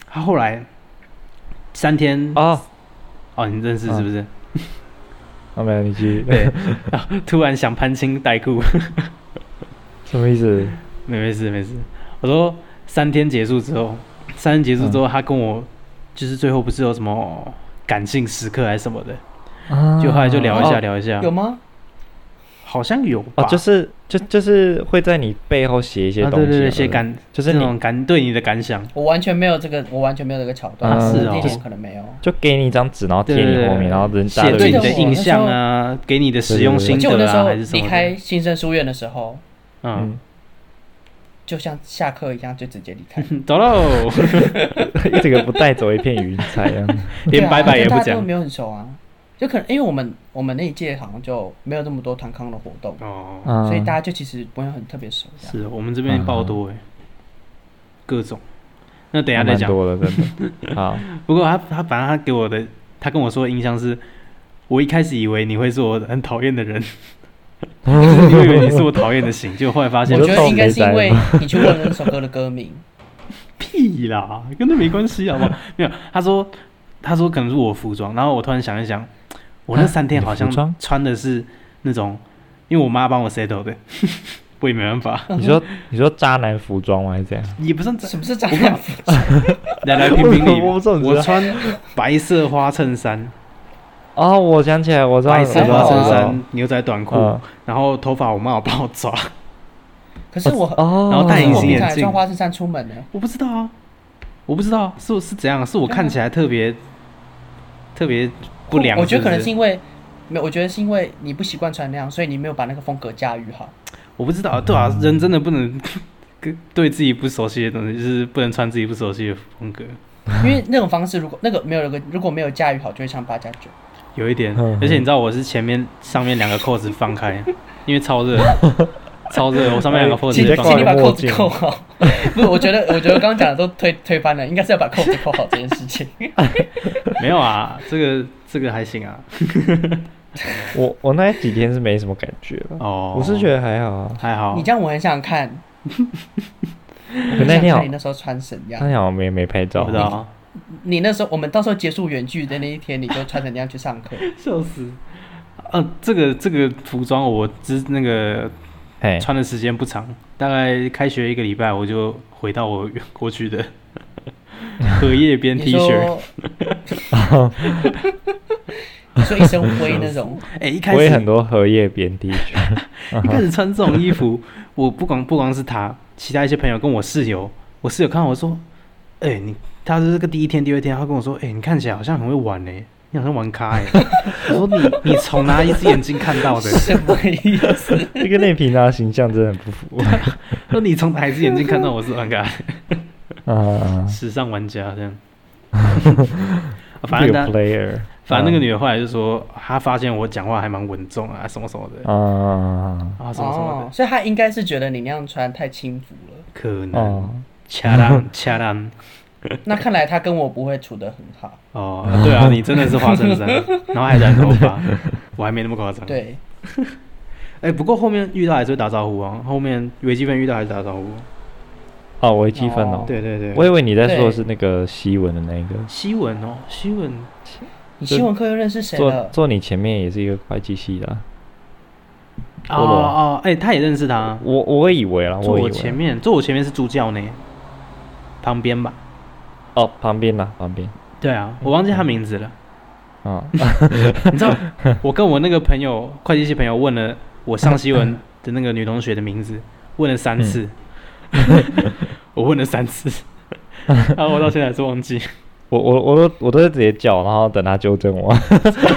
Speaker 3: 她后来三天
Speaker 1: 哦，
Speaker 3: 哦，你认识是不是？
Speaker 1: 啊没有，你继续，
Speaker 3: 对， 然后突然想攀亲带故，
Speaker 1: 什么意思？
Speaker 3: 没没事没事。我说三天结束之后，三天结束之
Speaker 1: 嗯
Speaker 3: 后，她跟我就是最后不是有什么感性时刻还是什么的，
Speaker 1: 啊
Speaker 3: 就后来就聊一下
Speaker 2: 哦
Speaker 3: 聊一下，
Speaker 2: 有吗？
Speaker 3: 好像有吧
Speaker 1: 哦，，就是就就是会在你背后写一些
Speaker 3: 啊
Speaker 1: 东西嘛，
Speaker 3: 对对对，
Speaker 1: 不
Speaker 3: 写感
Speaker 1: 就是
Speaker 3: 那
Speaker 1: 你
Speaker 3: 种感对你的感想，
Speaker 2: 我完全没有这个，我完全没有这个桥段。
Speaker 1: 啊
Speaker 2: 我
Speaker 1: 是
Speaker 3: 哦
Speaker 2: 一点可能没有。
Speaker 1: 就给你一张纸，然后贴
Speaker 3: 对
Speaker 1: 你
Speaker 3: 对对
Speaker 1: 后面，然后人大家
Speaker 3: 写
Speaker 1: 都哦
Speaker 3: 对你
Speaker 1: 一
Speaker 2: 我
Speaker 1: 起
Speaker 3: 的
Speaker 2: 那时候
Speaker 3: 印象啊，给你的使用
Speaker 1: 对对
Speaker 3: 心
Speaker 1: 对
Speaker 2: 就我
Speaker 3: 得
Speaker 2: 那时
Speaker 3: 啊，
Speaker 2: 候
Speaker 3: 还是什
Speaker 2: 离
Speaker 3: 么
Speaker 2: 开
Speaker 3: 的，
Speaker 2: 新生书院的时候，
Speaker 3: 嗯，
Speaker 2: 就像下课一样，就直接离 开，啊
Speaker 3: 走喽，
Speaker 1: 一整个不带走一片云彩啊！
Speaker 2: 对
Speaker 3: 连
Speaker 2: 啊
Speaker 3: 拜拜
Speaker 2: 就
Speaker 3: 也
Speaker 2: 大
Speaker 3: 不
Speaker 2: 家都
Speaker 3: 讲
Speaker 2: 没有很熟啊。就可能因为我们我们那一届好像就没有这么多团康的活动，
Speaker 3: 哦。
Speaker 1: 啊
Speaker 2: 所以大家就其实不会很特别熟这样。
Speaker 3: 是我们这
Speaker 1: 嗯
Speaker 3: 边爆多哎、各种。那等一
Speaker 1: 还
Speaker 3: 下再
Speaker 1: 蛮
Speaker 3: 讲。
Speaker 1: 多的，真的。好，
Speaker 3: 不过他他反正他给我的，他跟我说的印象是，我一开始以为你会是我很讨厌的 人，就是我以为你是我讨厌的型，结果后来发现
Speaker 2: 我
Speaker 1: 你
Speaker 2: 觉
Speaker 1: 就
Speaker 2: 得
Speaker 1: 臭
Speaker 2: 应该
Speaker 1: 美
Speaker 2: 是因
Speaker 1: 仔
Speaker 2: 为你去问了那首歌的歌名，
Speaker 3: 屁啦，跟那没关系好不好？没有，他说他说可能是我服装，然后我突然想一想，我那
Speaker 1: 啊
Speaker 3: 三天好
Speaker 1: 你的服装
Speaker 3: 像穿的是那种，因为我妈帮我 settle 的， 我也没办法，
Speaker 1: 你说你说渣男服装吗？还是这样？
Speaker 3: 也不算
Speaker 2: 什么是渣男？
Speaker 3: 来来评评理，
Speaker 1: 我不知道你知道
Speaker 3: 我穿白色花 衬衫。
Speaker 1: 哦，我想起来，我知道，
Speaker 3: 白
Speaker 1: 我
Speaker 3: 色
Speaker 1: 知
Speaker 3: 花
Speaker 1: 道，
Speaker 3: 衬
Speaker 1: 我知道
Speaker 3: 衫、牛仔短裤，
Speaker 1: 嗯
Speaker 3: 然后头发我妈有帮我抓，
Speaker 2: 可是我很，
Speaker 1: 哦，
Speaker 3: 然后戴
Speaker 2: 可
Speaker 3: 隐
Speaker 2: 是我
Speaker 3: 形
Speaker 2: 平
Speaker 3: 眼
Speaker 2: 常也
Speaker 3: 镜
Speaker 2: 穿花衬衫出门呢。
Speaker 3: 我不知道啊，我不知道啊是我是怎样，是我看起来特别特别不良
Speaker 2: 我觉得可能
Speaker 3: 不
Speaker 2: 是因为没有，我觉得是因为你不习惯穿那样，所以你没有把那个风格驾驭好。
Speaker 3: 我不知道，对啊，人真的不能 跟对自己不熟悉的东西，就是不能穿自己不熟悉的风格，
Speaker 2: 因为那种方式，如果那个没有那个，如果没有驾驭好，就会像八加九。
Speaker 3: 有一点
Speaker 1: 嗯嗯，
Speaker 3: 而且你知道我是前面上面两个扣子放开， 因 为超热，超热，我上面两个扣子
Speaker 2: 请
Speaker 1: 哎你在挂
Speaker 2: 请
Speaker 3: 放
Speaker 1: 着
Speaker 2: 你
Speaker 3: 开，
Speaker 2: 把扣
Speaker 1: 墨
Speaker 2: 子
Speaker 1: 镜
Speaker 2: 扣好。 不是，我觉得我觉得刚刚讲的都推推翻了，应该是要把扣子扣好这件事情。
Speaker 3: 没有啊，这个这个还行啊，
Speaker 1: 我我那几天是没什么感觉了，
Speaker 3: 哦，
Speaker 1: 我是觉得还好啊。
Speaker 3: 还好，
Speaker 2: 你这样我很想看，我
Speaker 1: 可
Speaker 2: 很
Speaker 1: 那
Speaker 2: 想
Speaker 1: 天好
Speaker 2: 看你，那时候穿什么
Speaker 1: 那
Speaker 3: 哎
Speaker 2: 样。
Speaker 1: 天好像没没拍
Speaker 3: 我
Speaker 1: 照
Speaker 3: 不知，道。啊
Speaker 2: 你那时候我们到时候结束远距的那一天，你就穿成那样去上 课。
Speaker 1: 啊
Speaker 3: 笑死！呃，这个这个服装我之那个
Speaker 1: 嘿，
Speaker 3: 穿的时间不长，大概开学一个礼拜我就回到我原过 去的荷叶边
Speaker 2: 你
Speaker 3: T 恤。
Speaker 2: 说， 你说一身灰那种，
Speaker 3: 哎、一开
Speaker 1: 我也
Speaker 3: 始
Speaker 1: 很多嗯荷叶边 T 恤，
Speaker 3: 一开始穿这种衣 服，我不光不光是他，其他一些朋友跟我室友，我室友看到我说：“哎、你他是这个第一天、第二天，他跟我说：‘哎、你看起来好像很会玩呢、你好像玩 咖哎、我说：“你你从哪一只眼睛看到的？”
Speaker 2: 什么意思？
Speaker 1: 这跟那平常形象真的很不符
Speaker 3: 说你从哪一只眼睛看到我是玩咖？
Speaker 1: 啊。
Speaker 3: 时尚玩家这样。 啊反
Speaker 1: 这
Speaker 3: 正
Speaker 1: 个
Speaker 3: 他，
Speaker 1: player，
Speaker 3: 反正那个女的后来就说，她发现我讲话还蛮稳重啊，什么什么的，
Speaker 1: 啊
Speaker 3: 啊什么什么
Speaker 2: 哦
Speaker 3: 的，，
Speaker 2: 所以他应该是觉得你那样穿太轻浮了。
Speaker 3: 可能
Speaker 1: 哦，
Speaker 3: 恰 当恰当。
Speaker 2: 那看来他跟我不会处得很好。
Speaker 3: 哦，对啊，你真的是花衬衫， 然后还染头发，我还没那么夸张。，
Speaker 2: 对，
Speaker 3: 哎，不过后面遇到还是会打招呼啊，后面微积分遇到还是打招呼。
Speaker 1: 哦，微积分
Speaker 2: 哦
Speaker 1: 哦，
Speaker 3: 对对对，
Speaker 1: 我以为你在说
Speaker 2: 对
Speaker 1: 的是那个西文的那一个，
Speaker 3: 西文哦，西文
Speaker 2: 你新闻课又认识谁
Speaker 1: 坐
Speaker 2: 了？
Speaker 1: 坐你前面也是一个会计系的啊，
Speaker 3: 哦
Speaker 1: 菠萝
Speaker 3: 哦，哎，他也认识他，
Speaker 1: 我我以为啦，
Speaker 3: 坐
Speaker 1: 以
Speaker 3: 我
Speaker 1: 为
Speaker 3: 前面，坐我前面是助教呢，旁边吧。
Speaker 1: 哦，旁边啦，旁边
Speaker 3: 对啊，我忘记他名字了。
Speaker 1: 啊，
Speaker 3: 你知道，我跟我那个朋友，会计系朋友问了我上西文的那个女同学的 名字，问了三次，
Speaker 1: 嗯
Speaker 3: 我问了三次， 然后我到现在还是忘记。
Speaker 1: 我我我都我都是直接叫，然后等他纠正我，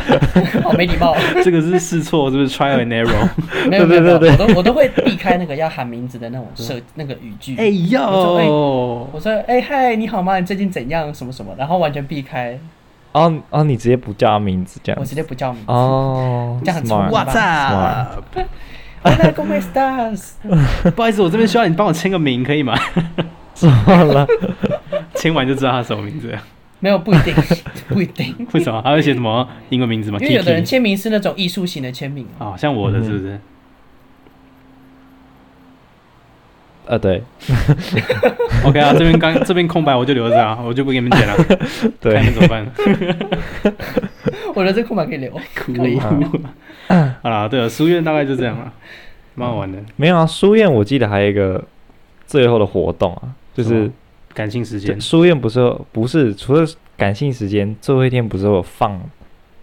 Speaker 2: 好没礼貌，
Speaker 3: 这个是试错，是不是 trial and error？
Speaker 2: 没有没有没有，
Speaker 1: 对对对嗯
Speaker 2: 我都我都会避开那个要喊名字的那种设那个语句。
Speaker 3: 哎呦，
Speaker 2: 我说哎嗨，你好吗？你最近怎样？什么什么？然后完全避开，
Speaker 1: 哦哦，你直接不叫他名字这
Speaker 2: 我
Speaker 1: 样
Speaker 2: 直接不叫名字。
Speaker 1: 嗯哦，
Speaker 2: 这样很
Speaker 1: smart
Speaker 2: 粗暴
Speaker 3: What's up？
Speaker 2: Hola, ¿cómo estás？
Speaker 3: 不好意思，我这边需要你帮我签个名，可以吗？
Speaker 1: 怎么了？
Speaker 3: 签完就知道他什么名字了。
Speaker 2: 没有，不一定， 不 一定，
Speaker 3: 为什么？他会写什么英文名字吗
Speaker 2: 因为有的人
Speaker 3: ？Kiki？哦
Speaker 2: 签名是那种艺术型的签名啊。
Speaker 3: 哦，像我的是不是？
Speaker 1: 呃，对
Speaker 3: OK 啊，这边刚这边空白我就留着啊，我就不给你们剪了，看你
Speaker 1: 对
Speaker 3: 们怎 么办。
Speaker 2: 我觉得这空白可以留，可以。嗯
Speaker 3: 好啦，啊对了，啊书院大概就这样了，蛮好玩的，
Speaker 1: 没有啊，书院我记得还有一个最后的活动啊，就
Speaker 3: 什
Speaker 1: 是
Speaker 3: 么感性时
Speaker 1: 对
Speaker 3: 间
Speaker 1: 书院不是有不是除了感性时间，最后一天不是有放，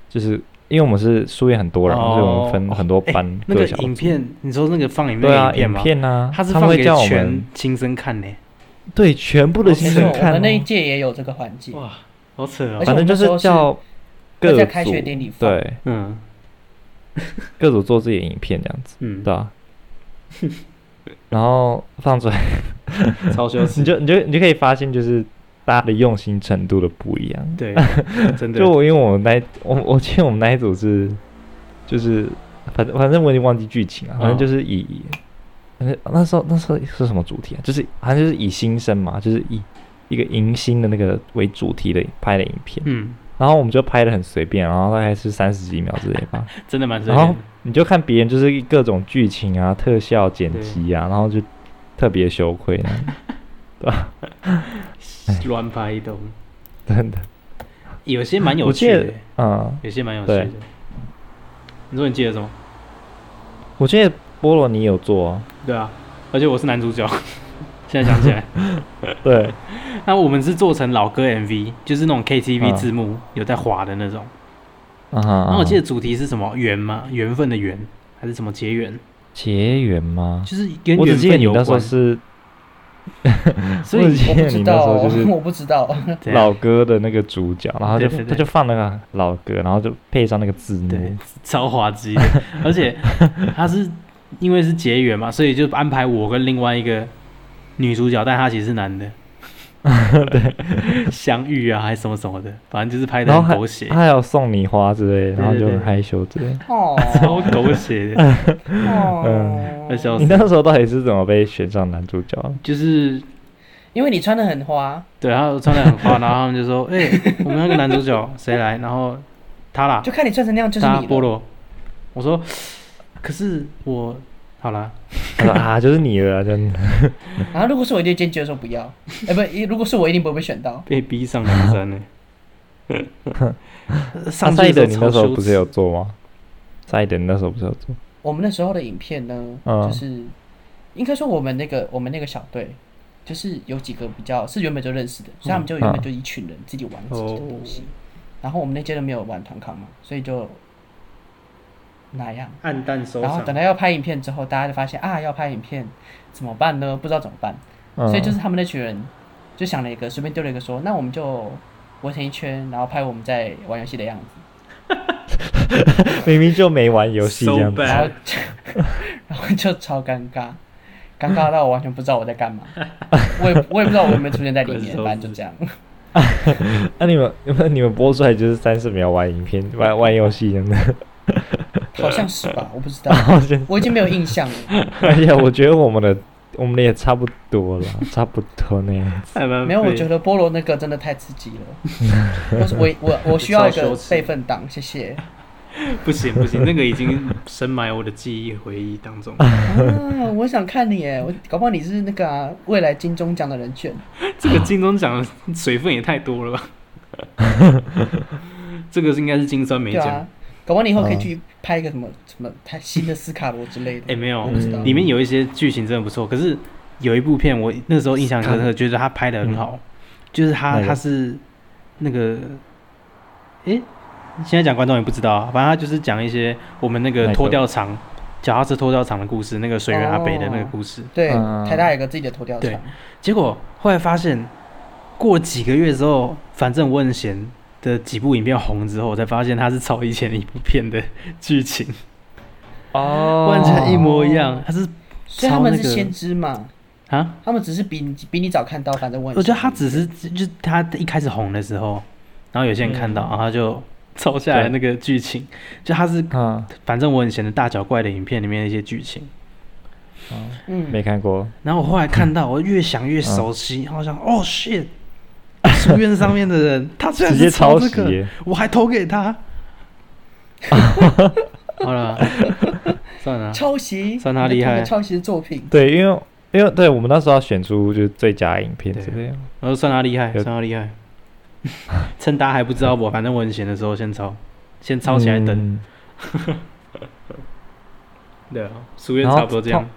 Speaker 1: 就是因为我们是书院很多人嘛，
Speaker 3: 哦哎
Speaker 1: 所以我们分很多班、
Speaker 3: 那
Speaker 1: 各
Speaker 3: 个
Speaker 1: 小组
Speaker 3: 影片，你说那个放影
Speaker 1: 对
Speaker 3: 那
Speaker 1: 啊，
Speaker 3: 个影
Speaker 1: 影
Speaker 3: 吗？
Speaker 1: 片啊，
Speaker 3: 他是
Speaker 1: 他
Speaker 3: 放
Speaker 1: 们
Speaker 3: 给
Speaker 1: 会叫我
Speaker 3: 全
Speaker 1: 们
Speaker 3: 新生看呢、
Speaker 1: 对全部的新
Speaker 2: 没
Speaker 1: 生
Speaker 2: 错，我
Speaker 1: 看、
Speaker 2: 们那一
Speaker 1: 哦，
Speaker 2: 届也有这个环节，
Speaker 3: 哇，好扯
Speaker 2: 而
Speaker 3: 哦
Speaker 2: 且。
Speaker 1: 反正就是叫
Speaker 2: 而且我们那时
Speaker 1: 各
Speaker 2: 候是在
Speaker 1: 组
Speaker 2: 开学典礼放
Speaker 1: 对
Speaker 3: 嗯
Speaker 1: 各组做自己的影片这样子，
Speaker 3: 嗯，
Speaker 1: 对啊，然后放出来，
Speaker 3: 超羞
Speaker 1: 啊
Speaker 3: 耻
Speaker 1: 你。就你就你就可以发现就是大家的用心程度的不一样。
Speaker 3: 对，真的
Speaker 1: 就。我因为我们那一我我记得我们那一组是就是反正反正我已经忘记剧情了，反正
Speaker 3: 嗯
Speaker 1: 就是以。反正那时候那时候是什么主题啊？就是好像就是以新生嘛，就是以一个迎新的那个为主题的拍的影片。
Speaker 3: 嗯，
Speaker 1: 然后我们就拍的很随便，然后大概是三十几秒之类吧。
Speaker 3: 真的蛮随
Speaker 1: 然后
Speaker 3: 便的。
Speaker 1: 你就看别人就是各种剧情啊、特效剪辑啊，然后就特别羞愧啊那样，对吧？
Speaker 3: 乱拍一通，
Speaker 1: 真的，
Speaker 3: 有些蛮有
Speaker 1: 我
Speaker 3: 趣
Speaker 1: 记得
Speaker 3: 的，
Speaker 1: 嗯，
Speaker 3: 有些蛮有趣的
Speaker 1: 对。
Speaker 3: 你说你记得什么？
Speaker 1: 我记得菠萝你有做、哦，
Speaker 3: 对啊，而且我是男主角， 现在想起来。
Speaker 1: 对，
Speaker 3: 那我们是做成老歌 MV，就是那种 KTV
Speaker 1: 嗯
Speaker 3: 字幕、有在滑的那种。
Speaker 1: 啊、
Speaker 3: 然后我记
Speaker 1: 得
Speaker 3: 得主题是什么缘嘛，缘分的缘还是什么结缘，
Speaker 1: 啊结缘吗？
Speaker 3: 就是跟
Speaker 1: 我只
Speaker 3: 缘
Speaker 1: 记得
Speaker 3: 分
Speaker 1: 你
Speaker 3: 有
Speaker 1: 那时候
Speaker 3: 关。
Speaker 1: 是，
Speaker 3: 所
Speaker 1: 我
Speaker 3: 以
Speaker 1: 只记
Speaker 2: 我
Speaker 1: 得
Speaker 2: 不
Speaker 1: 你
Speaker 2: 知
Speaker 1: 那时
Speaker 2: 道
Speaker 1: 候就
Speaker 2: 哦，
Speaker 1: 是 嗯
Speaker 2: 我不知道。
Speaker 3: 对啊
Speaker 1: 老歌的那个主角，然后就
Speaker 3: 对对对
Speaker 1: 他就放那个老歌，然后就配上那个字
Speaker 3: 对
Speaker 1: 幕，，
Speaker 3: 超滑稽的， 而且他是因为是结缘嘛，所以就安排我跟另外一个女主角，但她其实是 男的。对，相遇啊，还是什么什么的，反正就是拍的
Speaker 1: 然后
Speaker 3: 很
Speaker 1: 还
Speaker 3: 狗血，
Speaker 1: 他还有送你花之类的，然后
Speaker 3: 对
Speaker 1: 就
Speaker 3: 对对
Speaker 1: 很害羞之类的。
Speaker 2: 哦，
Speaker 3: 超狗 血的，
Speaker 2: 哦
Speaker 3: 要笑
Speaker 1: 你
Speaker 3: 死。
Speaker 1: 那时候到底是怎么被选上男主角？
Speaker 3: 就是
Speaker 2: 因为你穿的很花，
Speaker 3: 对，然后穿的很花，然后他们就 说：“哎、我们那个男主角谁来？”然后他啦，
Speaker 2: 就看你穿成那样就是
Speaker 3: 他
Speaker 2: 你了。
Speaker 3: 菠萝。我说：“可是我好啦，
Speaker 1: 他说啊，就是你了，真的。
Speaker 2: 然后如果是我，一定坚决说不要。哎，不，如果是我，一定不会被选到。
Speaker 3: 被逼上梁山 呢、
Speaker 1: 他
Speaker 3: 上
Speaker 1: 赛
Speaker 3: 去
Speaker 1: 德，
Speaker 3: 的
Speaker 1: 啊你
Speaker 3: 时
Speaker 1: 那
Speaker 3: 候
Speaker 1: 时
Speaker 3: 超
Speaker 1: 候
Speaker 3: 羞
Speaker 1: 不
Speaker 3: 耻
Speaker 1: 是有做吗？赛德，你那时候不是有做？
Speaker 2: 我们那时候的影片呢，
Speaker 1: 嗯
Speaker 2: 就是应该说我们那个我们那个小队，就是有几个比较是原本就认识的，所以他们就原本就一群人自己玩自己的
Speaker 1: 嗯
Speaker 2: 东西。然后我们那届都没有玩团康嘛，所以就那样。
Speaker 3: 暗淡收
Speaker 2: 然后等到要拍影片之后，大家就发现啊，要拍影片怎么办呢？不知道怎么办，
Speaker 1: 嗯，
Speaker 2: 所以就是他们那群人就想了一个，随便丢了一个说，那我们就围成一圈，然后拍我们在玩游戏的样子。
Speaker 1: 明明就没玩游戏这样
Speaker 3: So
Speaker 1: 子
Speaker 3: bad
Speaker 2: 然后就 然后就超尴尬，尴尬到我完全不知道我在干嘛，我也我也不知道我有没有出现在里面，
Speaker 3: 快收拾
Speaker 2: 反正就这样。
Speaker 1: 那、啊你们你们你们播出来就是三十秒玩影片，玩玩游戏 真的。
Speaker 2: 好像是吧，我不知道，
Speaker 1: 然后现在
Speaker 2: 我已经没有印象了。
Speaker 1: 而且我觉得我们的我们的也差不多 了，差不多那样子。
Speaker 3: 还蛮
Speaker 2: 没有，我
Speaker 3: 废
Speaker 2: 觉得菠萝那个真的太刺激了，我是我我我需要一
Speaker 3: 超羞
Speaker 2: 个
Speaker 3: 耻
Speaker 2: 备份档，谢谢。
Speaker 3: 不行不行，那个已经深埋我的记忆回忆当 中。
Speaker 2: 啊，我想看你耶，我搞不好你是那个、啊、未来金钟奖的人选。
Speaker 3: 这个金钟奖的水分也太 多了吧？这个是应该是金酸梅
Speaker 2: 对
Speaker 3: 奖。
Speaker 2: 啊，搞不好你以后可以
Speaker 3: 嗯
Speaker 2: 去拍一个什么、什么他新的斯卡罗之类的。
Speaker 3: 哎、没有
Speaker 2: 我不
Speaker 1: 嗯
Speaker 2: 知道，
Speaker 3: 里面有一些剧情真的不错，可是有一部片我那时候印象深
Speaker 1: 嗯
Speaker 3: 刻，觉得他拍的很好，就是他
Speaker 1: 哪个
Speaker 3: 他是那个，哎、现在讲观众也不知道啊，反正他就是讲一些我们那
Speaker 1: 哪
Speaker 3: 个
Speaker 1: 个
Speaker 3: 拖吊厂、脚踏车拖吊厂的故事，那个水源阿北的那个故事。
Speaker 2: 对，
Speaker 1: 嗯
Speaker 2: 台大有个自己的头条
Speaker 3: 对
Speaker 2: 厂，
Speaker 3: 结果后来发现，过几个月之后，反正我很闲的几部影片红之后，我才发现它是抄以前的一部片的剧情，
Speaker 1: 哦
Speaker 3: 完全一模一样。它是
Speaker 2: 所以他们是
Speaker 3: 朝那个
Speaker 2: 先知嘛，
Speaker 3: 啊，
Speaker 2: 他们只是比你比你早看到，反正我很
Speaker 3: 我觉得
Speaker 2: 幸
Speaker 3: 他
Speaker 2: 运
Speaker 3: 只是就就他一开始红的时候，然后有些人看到，
Speaker 1: 嗯
Speaker 3: 然后他就抄下来那个剧情，就他是
Speaker 1: 啊、
Speaker 3: 反正我很闲的大脚怪的影片里面的一些剧情。
Speaker 1: 嗯
Speaker 2: 嗯，
Speaker 1: 没看过。
Speaker 3: 然后我后来看到，我越想越熟
Speaker 1: 嗯
Speaker 3: 悉，然后我想，哦 shit，书院上面的人，他居然
Speaker 1: 直
Speaker 3: 是
Speaker 1: 接抄
Speaker 3: 抄这
Speaker 1: 袭
Speaker 3: 个，
Speaker 1: 耶，
Speaker 3: 我还投 给他。好了，算了，
Speaker 2: 抄袭，
Speaker 3: 算他厉害
Speaker 2: 你的抄袭的作品。
Speaker 1: 对，因为因为对我们那时候要选出就是最佳影片之类的，
Speaker 3: 我说算他厉害，
Speaker 1: 有
Speaker 3: 算他厉害。趁大家还不知道我，反正我很闲的时候先抄，先抄起来等。
Speaker 1: 嗯
Speaker 3: 对啊，书院
Speaker 1: 然后
Speaker 3: 差不多这样
Speaker 1: 通。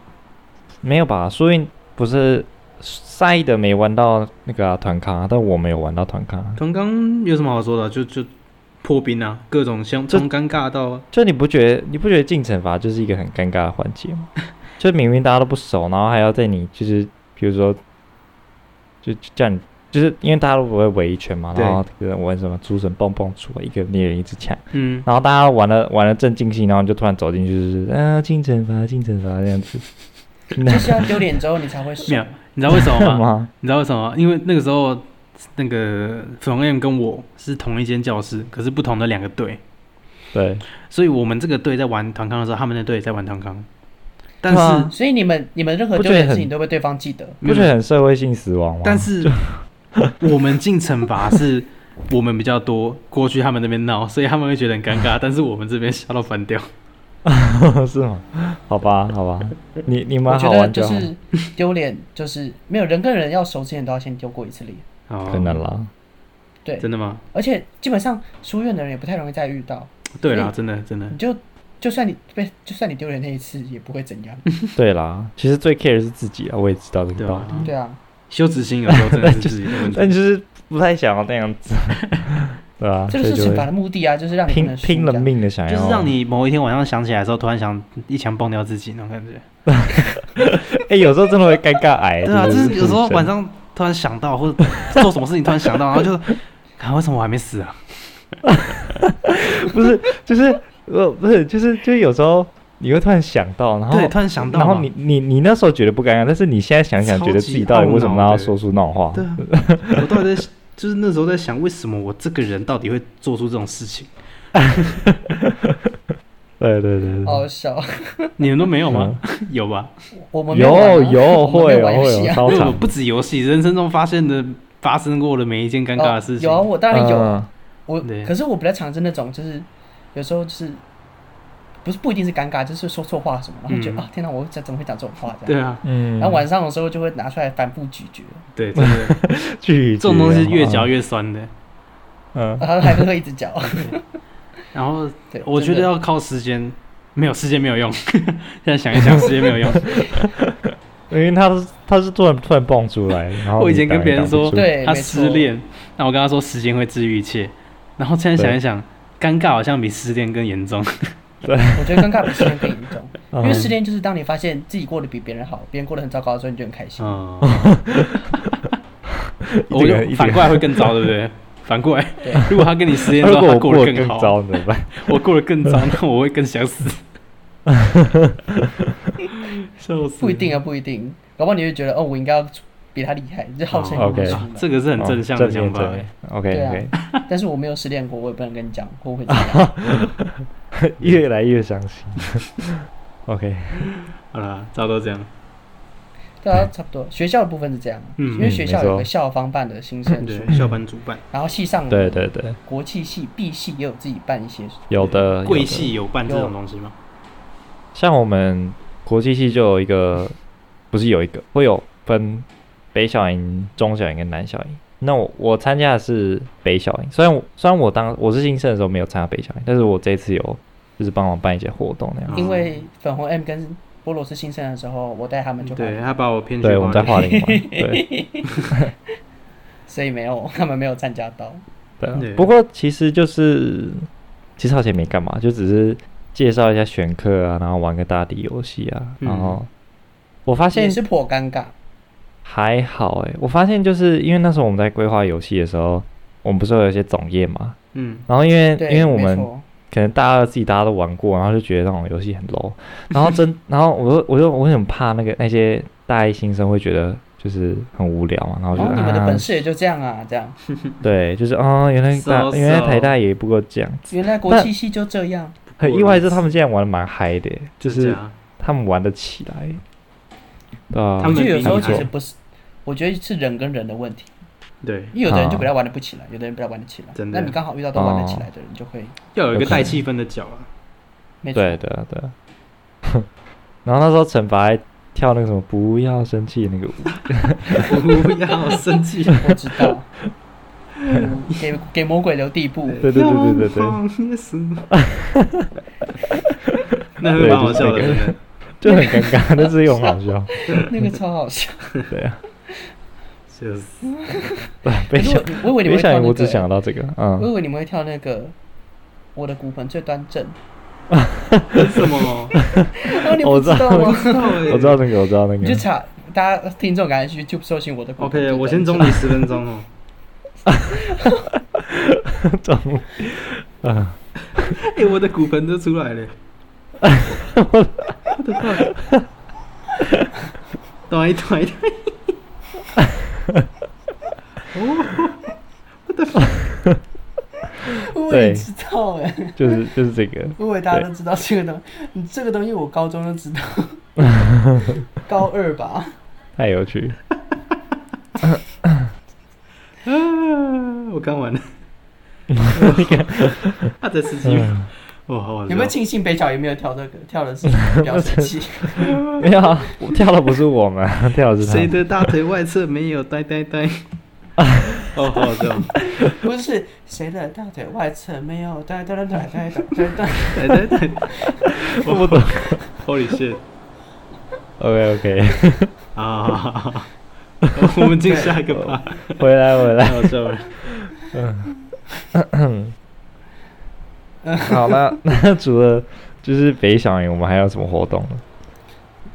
Speaker 1: 没有吧？苏运不是赛的没玩到那个啊团、康啊，但我没有玩到团康啊。
Speaker 3: 刚刚有什么好说的？就就破冰啊，各种相
Speaker 1: 这
Speaker 3: 从尴尬到
Speaker 1: 就你不觉得你不觉得进惩罚就是一个很尴尬的环节吗？就明明大家都不熟，然后还要在你就是比如说，就就叫你就是因为大家都不会围一圈嘛，
Speaker 3: 对
Speaker 1: 然后这个玩什么竹绳蹦蹦出，一个猎人一直抢，
Speaker 3: 嗯，
Speaker 1: 然后大家玩了玩了正尽兴，然后你就突然走进去就是啊进惩罚进惩罚这样子，那
Speaker 2: 就是要丢脸之后你才会嗯
Speaker 3: 没有
Speaker 2: 爽。
Speaker 3: 你知道为什么 吗？
Speaker 1: 吗？
Speaker 3: 你知道为什么吗？因为那个时候那个冯 M 跟我是同一间教室，可是不同的两个队，
Speaker 1: 对，
Speaker 3: 所以我们这个队在玩团康的时候，他们那队也在玩团康，但
Speaker 1: 对啊
Speaker 3: 是
Speaker 2: 所以你们你们任何
Speaker 1: 不觉
Speaker 2: 丢
Speaker 1: 得
Speaker 2: 脸的
Speaker 1: 很
Speaker 2: 事情都被对方记得，
Speaker 1: 不觉得很社会性死亡吗？
Speaker 3: 但是我们进惩罚是我们比较多，过去他们那边闹，所以他们会觉得很尴尬，但是我们这边笑到翻掉。
Speaker 1: 是吗？好吧，好吧，你你
Speaker 2: 我
Speaker 1: 们
Speaker 2: 觉
Speaker 1: 好
Speaker 2: 得
Speaker 1: 玩
Speaker 2: 就
Speaker 1: 就好，
Speaker 2: 是丢脸，就是没有人跟人要熟之前都要先丢过一次脸。
Speaker 3: 哦
Speaker 1: 可能啦，
Speaker 2: 对，
Speaker 3: 真的吗？
Speaker 2: 而且基本上书院的人也不太容易再遇到，
Speaker 3: 对啦，
Speaker 2: 所以
Speaker 3: 真的真的
Speaker 2: 你，就就算你被就算你丢脸那一次也不会怎样。
Speaker 1: 对啦，其实最 care 是自己啊，我也知道这
Speaker 3: 对
Speaker 1: 个道
Speaker 3: 吧
Speaker 1: 理。？
Speaker 2: 对啊，
Speaker 3: 羞耻心有时候真的 是自己的问题。
Speaker 1: 但就是不太想要那样子， 对啊，
Speaker 2: 这
Speaker 1: 所
Speaker 2: 就
Speaker 1: 以
Speaker 2: 是
Speaker 1: 就
Speaker 2: 惩罚
Speaker 1: 会
Speaker 2: 的目的啊，就是让你不
Speaker 1: 拼
Speaker 2: 能输
Speaker 1: 拼了
Speaker 2: 这样。
Speaker 1: 命的想要，
Speaker 3: 就是让你某一天晚上想起来的时候，突然想一枪崩掉自己那种感觉。
Speaker 1: 哎，有时候真的会尴尬癌。
Speaker 3: 对啊，就
Speaker 1: 真的
Speaker 3: 是有时候
Speaker 1: 人
Speaker 3: 晚上突然想到， 或者做什么事情突然想到，然后就， 看为什么我还没死啊？
Speaker 1: 不是就是呃不是就是就是有时候你会突然想到，然后
Speaker 3: 对，突然想到嘛，
Speaker 1: 然后你你你那时候觉得不尴尬，但是你现在想想，
Speaker 3: 超
Speaker 1: 觉得自
Speaker 3: 级
Speaker 1: 己到底为什么
Speaker 3: 懊恼
Speaker 1: 要
Speaker 3: 的
Speaker 1: 说出那种话？
Speaker 3: 对啊，我到底在就是那时候在想，为什么我这个人到底会做出这种事情？
Speaker 1: 对对对对，
Speaker 2: 好笑，
Speaker 3: 你们都没有吗？ 有吧？
Speaker 2: 我们没玩啊
Speaker 1: 有有
Speaker 2: 我们没
Speaker 1: 会有
Speaker 2: 玩游戏
Speaker 1: 会有
Speaker 2: 啊
Speaker 1: 超
Speaker 3: 因为 我
Speaker 1: 长
Speaker 3: 不止游戏，人生中发现的发生过的每一件尴尬的事情，
Speaker 2: 哦有啊，我当然有啊。
Speaker 1: 嗯
Speaker 2: 我
Speaker 3: 对
Speaker 2: 可是我比较常是那种，就是有时候就是不是不一定是尴尬，就是说错话什么，然后觉得、
Speaker 3: 嗯
Speaker 2: 啊天哪，我怎怎么会讲这种话这
Speaker 3: 对
Speaker 2: 样？
Speaker 3: 啊，
Speaker 1: 嗯，
Speaker 2: 然后晚上的时候就会拿出来反复咀嚼，
Speaker 3: 对，真 的，
Speaker 1: 这
Speaker 3: 这种东西越嚼越酸的。
Speaker 1: 嗯，
Speaker 2: 然后还是会一直讲。
Speaker 3: 然后
Speaker 2: 对，
Speaker 3: 我觉
Speaker 2: 真
Speaker 3: 得
Speaker 2: 的
Speaker 3: 要靠时间，没有时间没有用。 现在想一想，时间没有用。
Speaker 1: 因为他是他是突然突然蹦出来，然后
Speaker 3: 我以
Speaker 1: 你
Speaker 3: 前
Speaker 1: 挡
Speaker 3: 跟
Speaker 1: 也
Speaker 3: 别人
Speaker 1: 挡不
Speaker 3: 说
Speaker 1: 住
Speaker 2: 对，
Speaker 3: 他
Speaker 2: 没错
Speaker 3: 失，恋，那我跟他说时间会治愈一切。然后现在想一想，尴尬好像比失恋更 严重。
Speaker 2: 我觉得尴尬比失恋更严重，因为
Speaker 1: 嗯
Speaker 2: 失恋就是当你发现自己过得比别人好，别人过得很糟糕的时候，你就很开 心。
Speaker 3: 嗯，
Speaker 1: 一
Speaker 3: 我
Speaker 1: 定有
Speaker 3: 就
Speaker 1: 一
Speaker 3: 反
Speaker 1: 定
Speaker 3: 过来会更糟，对不对？反过来
Speaker 2: 对，
Speaker 3: 如果他跟你失恋
Speaker 1: 那
Speaker 3: 之
Speaker 1: 如
Speaker 3: 后，
Speaker 1: 果
Speaker 3: 他
Speaker 1: 我得
Speaker 3: 过得更
Speaker 1: 更
Speaker 3: 好，
Speaker 1: 糟怎么办？
Speaker 3: 我过得更糟，那我会更想 死。笑死！
Speaker 2: 不一定啊，不一定，搞不好你会觉得哦，我应该要比他厉害，就好
Speaker 1: 哦
Speaker 2: 胜心很
Speaker 1: OK
Speaker 2: 强嘛
Speaker 3: 这个是 很
Speaker 1: 哦
Speaker 3: 正向的想法。啊
Speaker 1: OK OK，
Speaker 2: 但是我没有失恋过，我也不能跟你讲，我会怎样。
Speaker 1: 越来越相信。OK，
Speaker 3: 好啦，差不多这样。
Speaker 2: 对啊，差不多。学校的部分是这样，
Speaker 3: 嗯
Speaker 2: 因为学校
Speaker 1: 嗯
Speaker 2: 有
Speaker 1: 没错
Speaker 2: 个校方办的新生书，
Speaker 3: 对，校班主办，
Speaker 2: 然后系
Speaker 3: 嗯
Speaker 2: 上
Speaker 1: 对对对，
Speaker 2: 国际系、B 系也有自己办一些，
Speaker 3: 哦
Speaker 1: 有的。有
Speaker 3: 贵
Speaker 1: 的
Speaker 3: 系有办这种东西吗？
Speaker 1: 像我们国际系就有一个，不是有一个会有分北小营、中小营跟南小营。那我我参加的是北小营，虽然我虽然我当我是新生的时候没有参加北小营，但是我这次有就是帮忙办一些活动那样。
Speaker 3: 嗯
Speaker 2: 因为粉红 M 跟菠萝是新生的时候，我带他们就
Speaker 3: 对，
Speaker 2: 办，
Speaker 3: 他把我骗去
Speaker 1: 对，我们在
Speaker 3: 花
Speaker 1: 华林玩。对，
Speaker 2: 所以没有，他们没有参加到。
Speaker 1: 对啊
Speaker 3: 对，
Speaker 1: 不过其实就是，其实好像也没干嘛，就只是介绍一下选课啊，然后玩个大地游戏啊，
Speaker 3: 嗯
Speaker 1: 然后我发
Speaker 2: 也
Speaker 1: 现
Speaker 2: 是颇尴尬，
Speaker 1: 还好诶、我发现就是因为那时候我们在规划游戏的时候，我们不是会有一些总页嘛，
Speaker 3: 嗯，
Speaker 1: 然后因为
Speaker 2: 对，
Speaker 1: 因为我
Speaker 2: 没
Speaker 1: 们
Speaker 2: 错
Speaker 1: 可能大二自己大家都玩过，然后就觉得那种游戏很 low，然后真， 然后我就我就我很怕那个那些大一新生会觉得就是很无聊嘛，然后
Speaker 2: 然
Speaker 1: 就觉得、
Speaker 2: 后哦你们的
Speaker 1: 啊
Speaker 2: 本事也就这样啊，这样，
Speaker 1: 对，就是哦，原来大
Speaker 3: So-so
Speaker 1: 原来台大也不过这样
Speaker 2: 原来国际系就这样，
Speaker 1: 很意外是他们竟然玩的蛮嗨的耶，就
Speaker 3: 这
Speaker 1: 是
Speaker 3: 样
Speaker 1: 他们玩得起来。对啊，
Speaker 3: 他
Speaker 2: 我
Speaker 3: 们
Speaker 2: 觉得有
Speaker 3: 比
Speaker 2: 时候
Speaker 3: 你
Speaker 2: 其
Speaker 3: 还
Speaker 2: 实不是，我觉得是人跟人的问题，
Speaker 3: 对，
Speaker 2: 因为有的人就
Speaker 1: 啊
Speaker 2: 比较玩的不起来，有的人比较玩得起来，
Speaker 3: 真的
Speaker 2: 那你刚好遇到都玩得起来的人，就会
Speaker 3: 要有一
Speaker 1: 有
Speaker 3: 个
Speaker 1: 可能
Speaker 3: 带气氛的角啊。
Speaker 2: 没 错，
Speaker 1: 对的对。然后那时候惩罚还跳那个什么不要生气的那个舞，
Speaker 3: 不要生气，
Speaker 2: 我知 道。嗯给给魔鬼留地步，
Speaker 1: 对对对对对对，
Speaker 3: 对，那会蛮好笑的，
Speaker 1: 对
Speaker 3: 真
Speaker 1: 就是
Speaker 3: 的
Speaker 1: 就很尴尬，但是又很好 笑，
Speaker 2: 那个超好笑。
Speaker 1: 对啊，
Speaker 3: 笑死。
Speaker 1: 被
Speaker 2: 可是
Speaker 1: 想
Speaker 2: 哎我我以为你
Speaker 1: 被
Speaker 2: 们会
Speaker 1: 想
Speaker 2: 跳
Speaker 1: 赢，
Speaker 2: 那
Speaker 1: 我只
Speaker 2: 个欸
Speaker 1: 想，到这个，
Speaker 2: 我以
Speaker 1: 嗯，
Speaker 2: 为你们会跳那个我的骨盆最端正，
Speaker 3: 这是什么？
Speaker 2: 哦，你
Speaker 1: 我
Speaker 2: 不
Speaker 1: 知道
Speaker 2: 道吗？
Speaker 1: 我
Speaker 3: 我
Speaker 1: 知道那个，我知道那
Speaker 2: 你就
Speaker 1: 个，
Speaker 2: 查，大家听众赶快去 YouTube 搜寻我的骨盆最端
Speaker 3: OK，
Speaker 2: 正。
Speaker 3: 我先中你十分钟哦。
Speaker 1: 中午， 啊，
Speaker 3: 哎，我的骨盆都出来了。我的妈！短一短一短。哦，我的 啊
Speaker 2: 我
Speaker 1: 对
Speaker 2: 也知道哎，
Speaker 1: 就是就是这个，
Speaker 2: 我以为大家都知道这个东西，你这个东西我高中就 知道，高二吧。
Speaker 1: 太有趣，
Speaker 3: 啊！我刚完了。他在吃鸡吗？哇，好好笑
Speaker 2: 有没有庆幸北角也没有跳这个？跳的是比较 生气，
Speaker 1: 没有啊，我跳的不是我们，啊 跳的是
Speaker 3: 谁
Speaker 1: 他，
Speaker 3: 的大腿外侧没有呆呆呆？哦，好好笑，
Speaker 2: 不是谁的大腿外侧没有？哒哒哒哒哒哒哒。
Speaker 3: 呆呆呆。我不懂，Holy shit！
Speaker 1: ，OK OK，
Speaker 3: 啊，好好好我们进下一个吧，
Speaker 1: 回来回
Speaker 3: 太
Speaker 1: 来，
Speaker 3: 好笑了。
Speaker 1: 好那 那除了就是北响营，我们还有什么活动呢？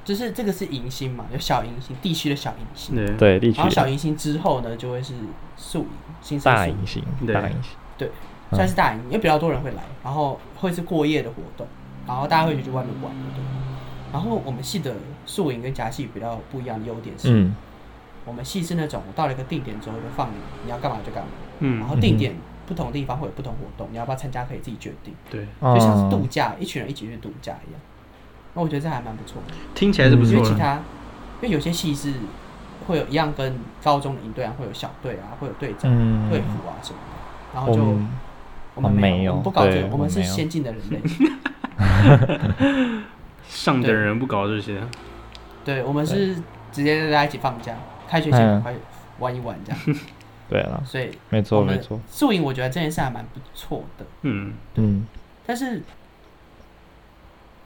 Speaker 2: 就是这个是迎新嘛，有小迎新，地区的小迎新。
Speaker 3: 对
Speaker 1: 对，地区
Speaker 2: 然后小迎新之后呢，就会是宿营，新生
Speaker 1: 大
Speaker 2: 宿
Speaker 1: 隐形，
Speaker 3: 对
Speaker 1: 大隐形，
Speaker 2: 对，
Speaker 1: 嗯
Speaker 2: 算是大营，因为比较多人会来，然后会是过夜的活动，然后大家会去外面玩，对。然后我们系的宿营跟夹系比较不一样的优点是，
Speaker 1: 嗯
Speaker 2: 我们系是那种我到了一个定点之后就放你，你要干嘛就干嘛，然后
Speaker 3: 嗯，
Speaker 2: 定点不同地方会有不同活动，你要不要参加可以自己决定，
Speaker 3: 对，
Speaker 2: 就像是
Speaker 1: 哦
Speaker 2: 度假，一群人一起去度假一样。那我觉得这还蛮不错的。
Speaker 3: 听起来是不
Speaker 2: 因
Speaker 3: 错
Speaker 2: 为其
Speaker 3: 了。
Speaker 2: 他，因为有些戏是会有一样跟高中的营队啊，会有小队啊，会有队长、
Speaker 1: 嗯
Speaker 2: 队服啊什么的，然后
Speaker 3: 哦
Speaker 1: 我
Speaker 2: 就
Speaker 1: 们
Speaker 2: 我们
Speaker 1: 没有
Speaker 2: 我们不搞这
Speaker 1: 对
Speaker 2: 个，
Speaker 1: 我
Speaker 2: 我们
Speaker 1: 们
Speaker 2: 是
Speaker 1: 没有
Speaker 2: 先进的人 类，
Speaker 3: 上等人不搞这些，
Speaker 2: 对我们是直接大家一起放假，开学前
Speaker 1: 嗯
Speaker 2: 赶快玩一玩这样，
Speaker 1: 对了，
Speaker 2: 所以
Speaker 1: 没
Speaker 2: 我
Speaker 1: 错 没
Speaker 2: 们
Speaker 1: 错，
Speaker 2: 宿营我觉得这件事还蛮不错的，
Speaker 3: 嗯，
Speaker 1: 嗯
Speaker 2: 但是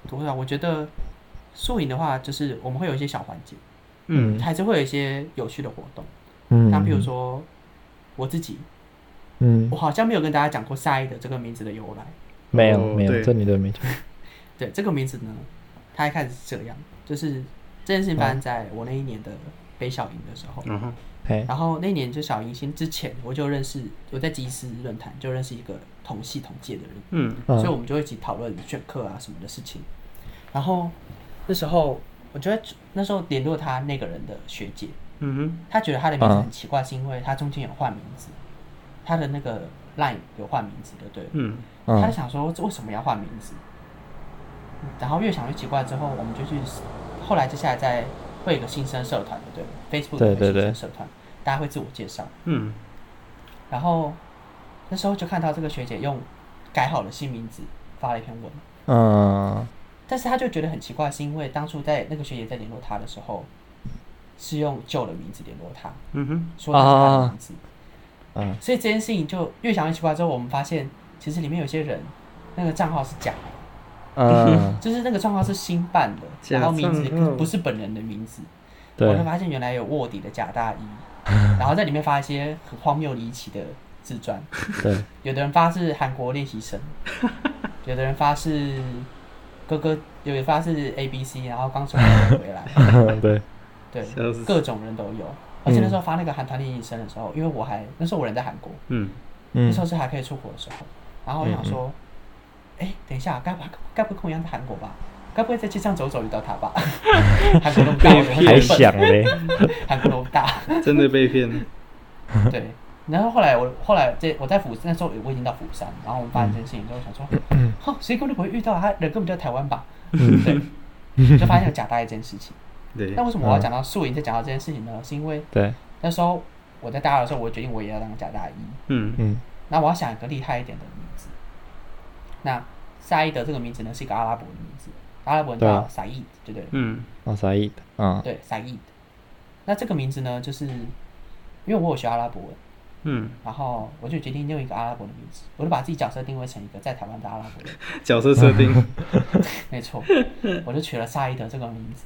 Speaker 2: 多少啊我觉得宿营的话，就是我们会有一些小环节，
Speaker 3: 嗯
Speaker 2: 还是会有一些有趣的活动，
Speaker 1: 嗯，
Speaker 2: 像譬如说哦我自己。
Speaker 1: 嗯
Speaker 2: 我，好像没有跟大家讲过“赛的这个名字的由来。
Speaker 1: 没
Speaker 3: 哦
Speaker 1: 有没有，
Speaker 3: 对
Speaker 1: 这里的没讲，
Speaker 2: 对，这个名字呢，它一开始是这样，就是这件事情发生在我那一年的北小营的时候。
Speaker 3: 然后
Speaker 1: 嘿，
Speaker 2: 然后那一年就小迎新之前，我就认识我在集思论坛就认识一个同系同届的人，
Speaker 3: 嗯
Speaker 2: 所以我
Speaker 1: 嗯
Speaker 2: 们就一起讨论选课啊什么的事情。然后那时候我觉得那时候联络他那个人的学姐，
Speaker 3: 嗯哼，
Speaker 2: 她觉得她的名字
Speaker 1: 嗯
Speaker 2: 很奇怪，是因为她中间有换名字，她的那个 line 有换名字的，对了。
Speaker 3: 嗯
Speaker 2: 他就
Speaker 1: 嗯
Speaker 2: 想说这为什么要换名字，嗯然后越想越奇怪，之后我们就去，后来接下来在会有一个新生社团，对不
Speaker 1: 对
Speaker 2: 对，Facebook 有一个
Speaker 1: 对
Speaker 2: 新
Speaker 1: 对
Speaker 2: 生社团，大家会自我介绍，
Speaker 3: 嗯
Speaker 2: 然后那时候就看到这个学姐用改好的新名字发了一篇文，
Speaker 1: 嗯，
Speaker 2: 但是她就觉得很奇怪，是因为当初在那个学姐在联络她的时候，是用旧的名字联络她，
Speaker 3: 嗯哼，
Speaker 2: 说那是她的
Speaker 1: 啊
Speaker 2: 名字，
Speaker 1: 嗯
Speaker 2: 所以这件事情就越想越奇怪，之后我们发现其实里面有些人那个账号是假的。
Speaker 1: 嗯，
Speaker 2: 就是那个账号是新办的，
Speaker 3: 假
Speaker 2: 然后名字
Speaker 3: 账号
Speaker 2: 不是本人的名字，我就
Speaker 1: 对，
Speaker 2: 发现原来有卧底的假大衣， 然后在里面发一些很荒谬离奇的自传，
Speaker 1: 对，
Speaker 2: 有的人发是韩国练习生， 有的人发是哥哥，有人发是 A B C，然后刚从美国回来，
Speaker 1: 对，
Speaker 2: 对，
Speaker 3: 笑死，
Speaker 2: 各种人都有。而且那时
Speaker 1: 嗯
Speaker 2: 候发那个韩团练习生的时候，因为我还那时候我人在韩国，
Speaker 3: 嗯
Speaker 2: 那
Speaker 1: 嗯
Speaker 2: 时候是还可以出国的时候，然后我想说，哎、等一下，该不该不会跟我一样在韩国吧？该不会在街上走走遇到他吧？ 韩国那么大，
Speaker 3: 被骗
Speaker 1: 还
Speaker 2: 我怎么
Speaker 1: 想
Speaker 2: 会
Speaker 1: 嘞，
Speaker 2: 笨韩国那么大，
Speaker 3: 真的被骗了，
Speaker 2: 对。然后后来我后来这我在釜那时候我已经到釜山，然后我们发现这件事情之后想说，
Speaker 1: 嗯
Speaker 2: 哼、谁根本不会遇到啊他，人根本就在台湾吧？ 对， 就发现有假大一件事情。
Speaker 3: 对
Speaker 2: 那，为什么我要
Speaker 1: 嗯
Speaker 2: 讲到宿营，再讲到这件事情呢？是因为
Speaker 1: 对，
Speaker 2: 那时候我在大二的时候，我决定我也要当假大一。
Speaker 3: 嗯
Speaker 1: 嗯
Speaker 2: 那我要想一个厉害一点的名字。那萨伊德这个名字呢，是一个阿拉伯的名字，阿拉伯文
Speaker 1: 对啊
Speaker 2: 叫撒义，对不对？
Speaker 3: 嗯，
Speaker 1: 哦，啥意的？嗯，
Speaker 2: 对，撒义。那这个名字呢，就是因为我有学阿拉伯文，
Speaker 3: 嗯，
Speaker 2: 然后我就决定用一个阿拉伯的名字，我就把自己角色定位成一个在台湾的阿拉伯人，
Speaker 3: 角色设 定，
Speaker 2: 没错，我就取了萨伊德这个名字。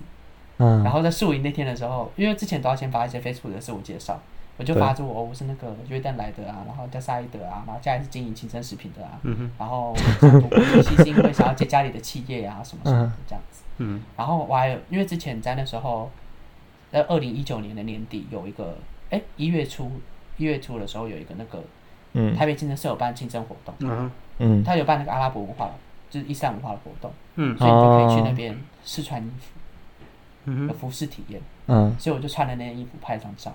Speaker 2: 然
Speaker 1: 嗯，
Speaker 2: 后在宿营那天的时候，因为之前都要先发一些 Facebook 的自我介绍，我就
Speaker 1: 对
Speaker 2: 发出我、哦我是那个约旦来的啊，然后叫萨伊德啊，然后家里是经营清真食品的啊，
Speaker 3: 嗯哼，
Speaker 2: 然后想读国际系是因为想要接家里的企业啊什么什么的这样子。
Speaker 3: 嗯
Speaker 2: 然后我还有，因为之前在那时候，在二零一九年的年底有一个，哎，一月初一月初的时候有一个那个
Speaker 1: 嗯，
Speaker 2: 台北清真社有办清真活动，
Speaker 3: 嗯
Speaker 1: 嗯，
Speaker 2: 他有办那个阿拉伯文化，就是伊斯兰文化的活动，
Speaker 3: 嗯
Speaker 2: 所以你就可以去
Speaker 1: 哦
Speaker 2: 那边试穿衣服，有
Speaker 3: 嗯哼，
Speaker 2: 服饰体验。
Speaker 1: 嗯，
Speaker 2: 所以我就穿了那件衣服拍了张照，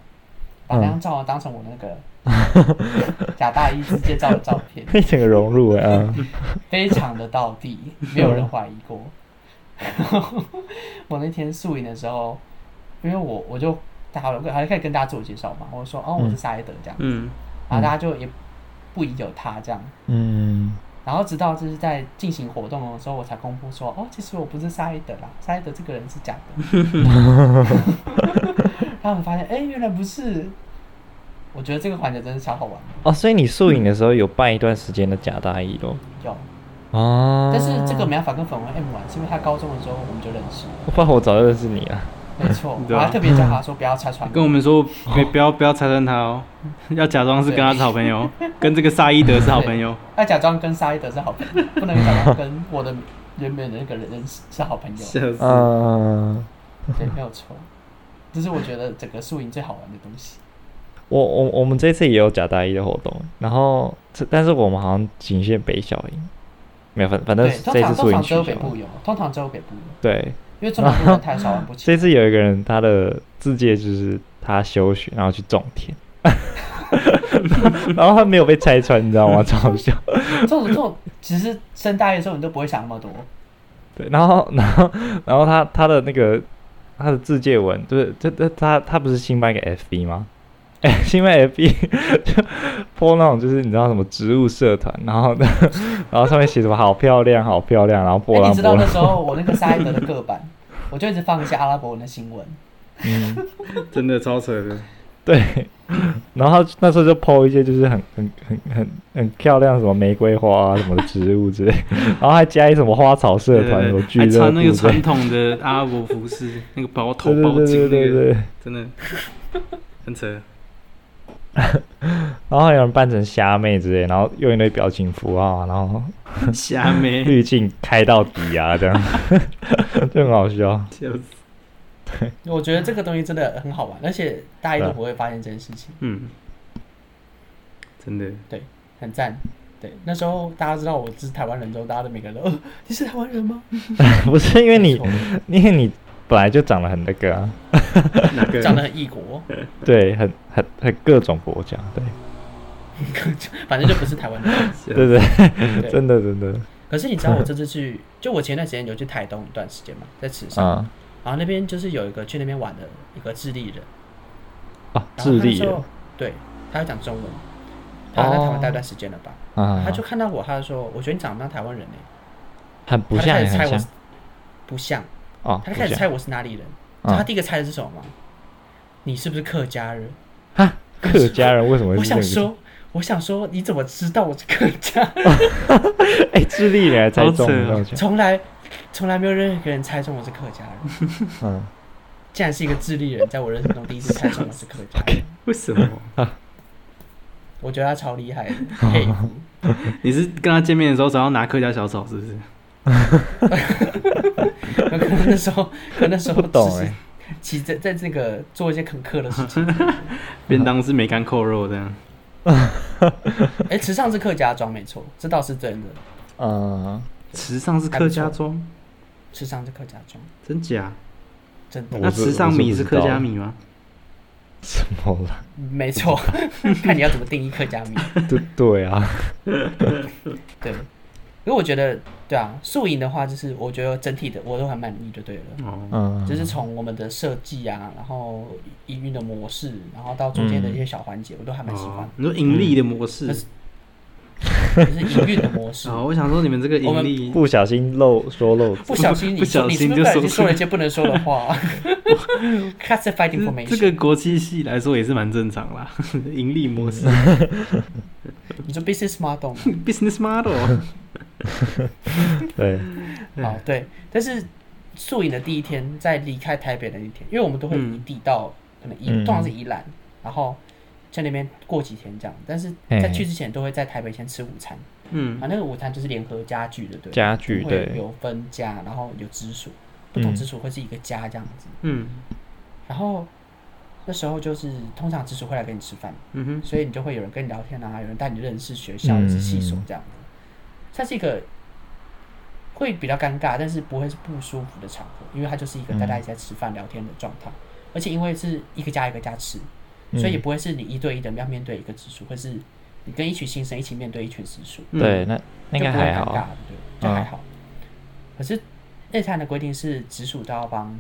Speaker 2: 把那张照当成我那个 假大衣直接照的照 片，
Speaker 1: 可以整个融入哎啊，
Speaker 2: 非常的到地，没有人怀疑过。 然后我那天宿营的时候，因为我我就大家还可以跟大家自我介绍嘛，我说哦我是沙耶德这样，
Speaker 3: 嗯
Speaker 2: 然后大家就也不疑有他这样。
Speaker 1: 嗯，
Speaker 2: 然后直到就是在进行活动的时候，我才公布说，哦，其实我不是沙耶德啦， 沙耶德这个人是假的。 他们发现，哎，原来不是。我觉得这个环节真是超好玩的，
Speaker 1: 哦，所以你宿营的时候有办一段时间的假大衣咯。
Speaker 2: 有。
Speaker 1: 啊，
Speaker 2: 但是这个没办法跟粉红 M 玩，是因为他高中的时候我们就认识，
Speaker 1: 我怕我早就认识你了。
Speaker 2: 没错。
Speaker 1: 嗯
Speaker 3: 对
Speaker 2: 我
Speaker 3: 啊
Speaker 2: 还特别叫他说不要拆 穿
Speaker 3: 跟我们说别不要不要拆穿他哦，要假装是跟他是好朋友，跟这个萨伊德是好朋友，
Speaker 2: 要假装跟沙耶德是好朋友，不能假装跟我的原本的那个人认识是好朋友。
Speaker 3: 笑死，
Speaker 1: 嗯，
Speaker 2: 对，没有错。这是我觉得整个宿营最好玩的东西。
Speaker 1: 我我我们这次也有假大一的活动，然后这但是我们好像仅限北小营，没有反反正
Speaker 2: 对，通
Speaker 1: 这
Speaker 2: 常
Speaker 1: 次
Speaker 2: 通
Speaker 1: 宿营
Speaker 2: 常只
Speaker 1: 取消
Speaker 2: 有北部
Speaker 1: 了。
Speaker 2: 有，通常只有北部有。
Speaker 1: 对，
Speaker 2: 因为中南部人太少 玩不起
Speaker 1: 这。次有一个人他的自介就是他休学，然后去种田。 然后 他没有被拆穿，你知道吗？ 超好笑。
Speaker 2: 这种这种，其实升大一的时候你都不会想那么多。
Speaker 1: 对，然后然后然后他他的那个他的自介文，就是这这他他不是新办一个 FB 吗？ 哎、新办 FB 就 po 那种就是你知道什么植物社团，然后 然后上面写什么好漂亮好漂亮，然后波
Speaker 2: 哎，
Speaker 1: 浪
Speaker 2: 你知道
Speaker 1: 波
Speaker 2: 那
Speaker 1: 浪，
Speaker 2: 时候我那个沙耶德的个版， 我就一直放一些阿拉伯文的新闻。
Speaker 1: 嗯，
Speaker 3: 真的超扯的，
Speaker 1: 对。然后那时候就 po 一些就是很很很很很漂亮什么玫瑰花啊什么的植物之类，然后还加一什么花草社团什么俱
Speaker 3: 还
Speaker 1: 乐
Speaker 3: 穿
Speaker 1: 部
Speaker 3: 那个
Speaker 1: 之类
Speaker 3: 传统的阿拉伯服饰，那个包头
Speaker 1: 对对
Speaker 3: 包
Speaker 1: 对对
Speaker 3: 巾那
Speaker 1: 对
Speaker 3: 个，
Speaker 1: 对。
Speaker 3: 真的很扯，啊
Speaker 1: 然后还有人扮成虾妹之类，然后用一堆表情符号啊，然 后
Speaker 3: 虾妹，
Speaker 1: 滤镜开到底啊， 这样就很好笑。
Speaker 3: 笑死，
Speaker 2: 我觉得这个东西真的很好玩，而且大
Speaker 1: 啊
Speaker 2: 一都不会发现这件事情，
Speaker 3: 嗯，真的，
Speaker 2: 很赞。对，那时候大家知道我是台湾人之后，大家都每个人都， 呃你是台湾人吗？
Speaker 1: 不是因为
Speaker 2: 没
Speaker 1: 你
Speaker 2: 错，
Speaker 1: 因为你本来就长得很那个、啊，
Speaker 3: 哪个
Speaker 2: 长得很异国，
Speaker 1: 对，很很很各种国家，对
Speaker 2: 反正就不是台湾 人。
Speaker 3: 笑
Speaker 1: 对对，
Speaker 2: 对
Speaker 1: 真的真的
Speaker 2: 可是你知道我这次去，就我前段时间有去台东一段时间嘛，在池上，
Speaker 1: 啊
Speaker 2: 然后那边就是有一个去那边玩的一个智利人，
Speaker 1: 啊，
Speaker 2: 然后
Speaker 1: 智
Speaker 2: 他那
Speaker 1: 利
Speaker 2: 时候
Speaker 1: 人
Speaker 2: 对，他要讲中文，他好像在台
Speaker 1: 哦
Speaker 2: 湾待一段时间了吧？
Speaker 1: 啊
Speaker 2: 他，就看到我，他就说：“我觉得你长得像台湾人呢、
Speaker 1: 很不
Speaker 2: 他就
Speaker 1: 像
Speaker 2: 开
Speaker 1: 也
Speaker 2: 始猜
Speaker 1: 很
Speaker 2: 我
Speaker 1: 像
Speaker 2: 是不像，
Speaker 1: 啊，
Speaker 2: 他就
Speaker 1: 不
Speaker 2: 开始
Speaker 1: 像
Speaker 2: 猜我是哪里人。
Speaker 1: 嗯
Speaker 2: 他第一个猜的是什么吗？你是不是客家人？
Speaker 1: 哈，客家人为什么
Speaker 2: 我
Speaker 1: 会是
Speaker 2: 想
Speaker 1: 这个？
Speaker 2: 说，我想说，你怎么知道我是客家？
Speaker 1: 哎，智利人还猜
Speaker 3: 好
Speaker 1: 中
Speaker 3: 扯哦
Speaker 1: 了，这样
Speaker 2: 从来从来没有任何一个人猜中我是客家人，
Speaker 1: 嗯，
Speaker 2: 竟然是一个智利人，在我人生中第一次猜中我是客家 人。
Speaker 3: 为什么？
Speaker 2: 我觉得他超厉害的，佩服。
Speaker 3: 你是跟他见面的时候，想要拿客家小炒是不是？
Speaker 2: 可能那时候，可能那时候
Speaker 1: 不懂
Speaker 2: 只是
Speaker 1: 哎
Speaker 2: 其实在在那个做一些很客的 事情。
Speaker 3: 便当是梅干扣肉这样，
Speaker 2: 哎，池上是客家庄没错，这倒是真的。
Speaker 1: 嗯，
Speaker 3: 池上是客家庄，
Speaker 2: 池上是客家庄，
Speaker 3: 真假？
Speaker 2: 真的。
Speaker 1: 我
Speaker 3: 那
Speaker 1: 是
Speaker 3: 池上
Speaker 1: 我
Speaker 3: 米
Speaker 1: 是
Speaker 3: 是
Speaker 1: 不知道
Speaker 3: 客家米吗？
Speaker 1: 什么啦？
Speaker 2: 没 错，看你要怎么定义客家米。
Speaker 1: 对对啊，
Speaker 2: 对，因为我觉得，对啊，宿营的话，就是我觉得整体的我都很满意就对了。
Speaker 3: 哦，
Speaker 1: 嗯，
Speaker 2: 就是从我们的设计啊，然后营运的模
Speaker 3: 哦
Speaker 2: 式，然后到中间的一些小环节，我都还蛮喜欢
Speaker 3: 哦。你说盈利的模式
Speaker 2: 但是就是营运的模式。
Speaker 3: 哦，我想说你们这个
Speaker 2: 我
Speaker 3: 盈
Speaker 2: 们
Speaker 3: 利，
Speaker 1: 嗯不小心漏说漏字
Speaker 2: 不小心你
Speaker 3: 不小
Speaker 2: 说，
Speaker 3: 心
Speaker 2: 你是不是
Speaker 3: 就
Speaker 2: 不小
Speaker 3: 说
Speaker 2: 心
Speaker 3: 出
Speaker 2: 说
Speaker 3: 来
Speaker 2: 了一些不能说的 话 ？Classified
Speaker 3: 这
Speaker 2: information，
Speaker 3: 这个国际系来说也是蛮正常啦， 盈利模式
Speaker 2: 你说 business model 吗？
Speaker 3: ，business model，
Speaker 1: 对，嗯
Speaker 2: 啊，对，但是宿营的第一天，在离开台北的那一天，因为我们都会
Speaker 3: 嗯
Speaker 2: 移地到、可能宜，
Speaker 1: 嗯
Speaker 2: 通常是宜兰，然后在那边过几天这样。但是
Speaker 1: 嘿
Speaker 2: 在去之前，都会在台北先吃午餐，
Speaker 3: 嗯
Speaker 2: 啊，那个午餐就是联合家具的，对，
Speaker 1: 家具
Speaker 2: 会
Speaker 1: 对，
Speaker 2: 有分家，然后有直属，不同
Speaker 1: 嗯
Speaker 2: 直属会是一个家这样子。
Speaker 3: 嗯
Speaker 2: 然后那时候就是通常直属会来跟你吃饭，
Speaker 3: 嗯哼，
Speaker 2: 所以你就会有人跟你聊天啊，有人带你认识学校、
Speaker 1: 嗯
Speaker 2: 是系所这样子。它是一个会比较尴尬，但是不会是不舒服的场合，因为它就是一个
Speaker 1: 嗯
Speaker 2: 大家一起在吃饭聊天的状态，而且因为是一个家一个家吃，
Speaker 1: 嗯
Speaker 2: 所以也不会是你一对一的要面对一个直属，或是你跟一群新生一起面对一群直属，
Speaker 3: 嗯
Speaker 1: 对，，那那应
Speaker 2: 就
Speaker 1: 该
Speaker 2: 不会
Speaker 1: 还
Speaker 2: 尴尬
Speaker 1: 好，，
Speaker 2: 对，就还好。可是内参的规定是直属都要帮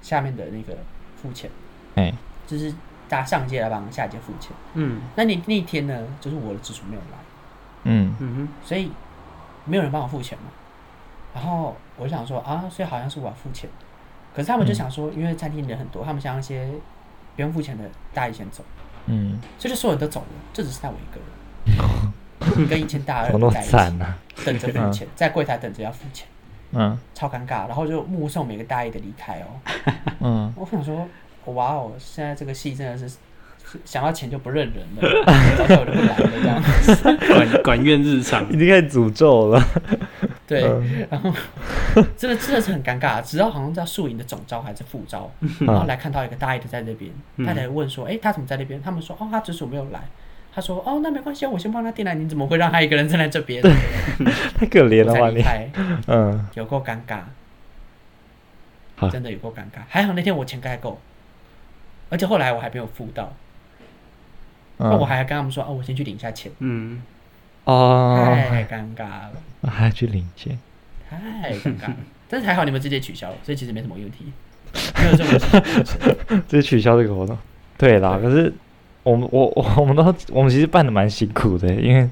Speaker 2: 下面的那个付钱，
Speaker 1: 哎，
Speaker 2: 就是大家上一届来帮下一届付钱。
Speaker 3: 嗯
Speaker 2: 那你那一天呢，就是我的直属没有来，
Speaker 1: 嗯
Speaker 3: 嗯
Speaker 2: 所以没有人帮我付钱嘛。然后我就想说啊，所以好像是我要付钱，可是他们就想说，因为餐厅人很多，他们想让一些不用付钱的大一先走，
Speaker 1: 嗯，
Speaker 2: 所以就所有人都走了，就只剩下我一个 人，跟一千大二
Speaker 1: 怎么那么
Speaker 2: 在一
Speaker 1: 惨啊
Speaker 2: 起
Speaker 1: 呢？
Speaker 2: 等着付钱，在柜台等着要付钱，
Speaker 1: 嗯
Speaker 2: 超尴尬。然后就目送每个大一的离开哦。
Speaker 1: 嗯，
Speaker 2: 我想说，哇哦，现在这个戏真的是想要钱就不认人 了，早知道我就不来了这样。
Speaker 3: 哼，管管院日常，
Speaker 1: 已经开始诅咒 了，
Speaker 2: 对，
Speaker 1: 嗯
Speaker 2: 然后真的真的是很尴尬，直啊到好像在宿营的总招还是副招，
Speaker 1: 嗯
Speaker 2: 然后来看到一个大一的在那边，
Speaker 3: 嗯
Speaker 2: 大家就问说，哎、他怎么在那边？他们说，哦，他直属没有来。他说，哦，那没关系，我先帮他订来，你怎么会让他一个人站在这边？
Speaker 1: 太可怜
Speaker 2: 我
Speaker 1: 了
Speaker 2: 才
Speaker 1: 吧
Speaker 2: 离
Speaker 1: 你，
Speaker 2: 开，
Speaker 1: 嗯，
Speaker 2: 有够尴尬
Speaker 1: 好，
Speaker 2: 真的有够尴尬。还好那天我钱盖够，而且后来我还没有付到，那、
Speaker 1: 嗯
Speaker 2: 我还跟他们说，哦，我先去领一下钱，
Speaker 3: 嗯，
Speaker 1: 哦，
Speaker 2: 太尴尬了，
Speaker 1: 还要去领钱，
Speaker 2: 太尴尬了。 但是还好你们直接取消了，所以其实没什么问题，没有这 么
Speaker 1: 就是取消这个活动。对啦，可是我们我我我们都我们其实办的蛮辛苦的，因为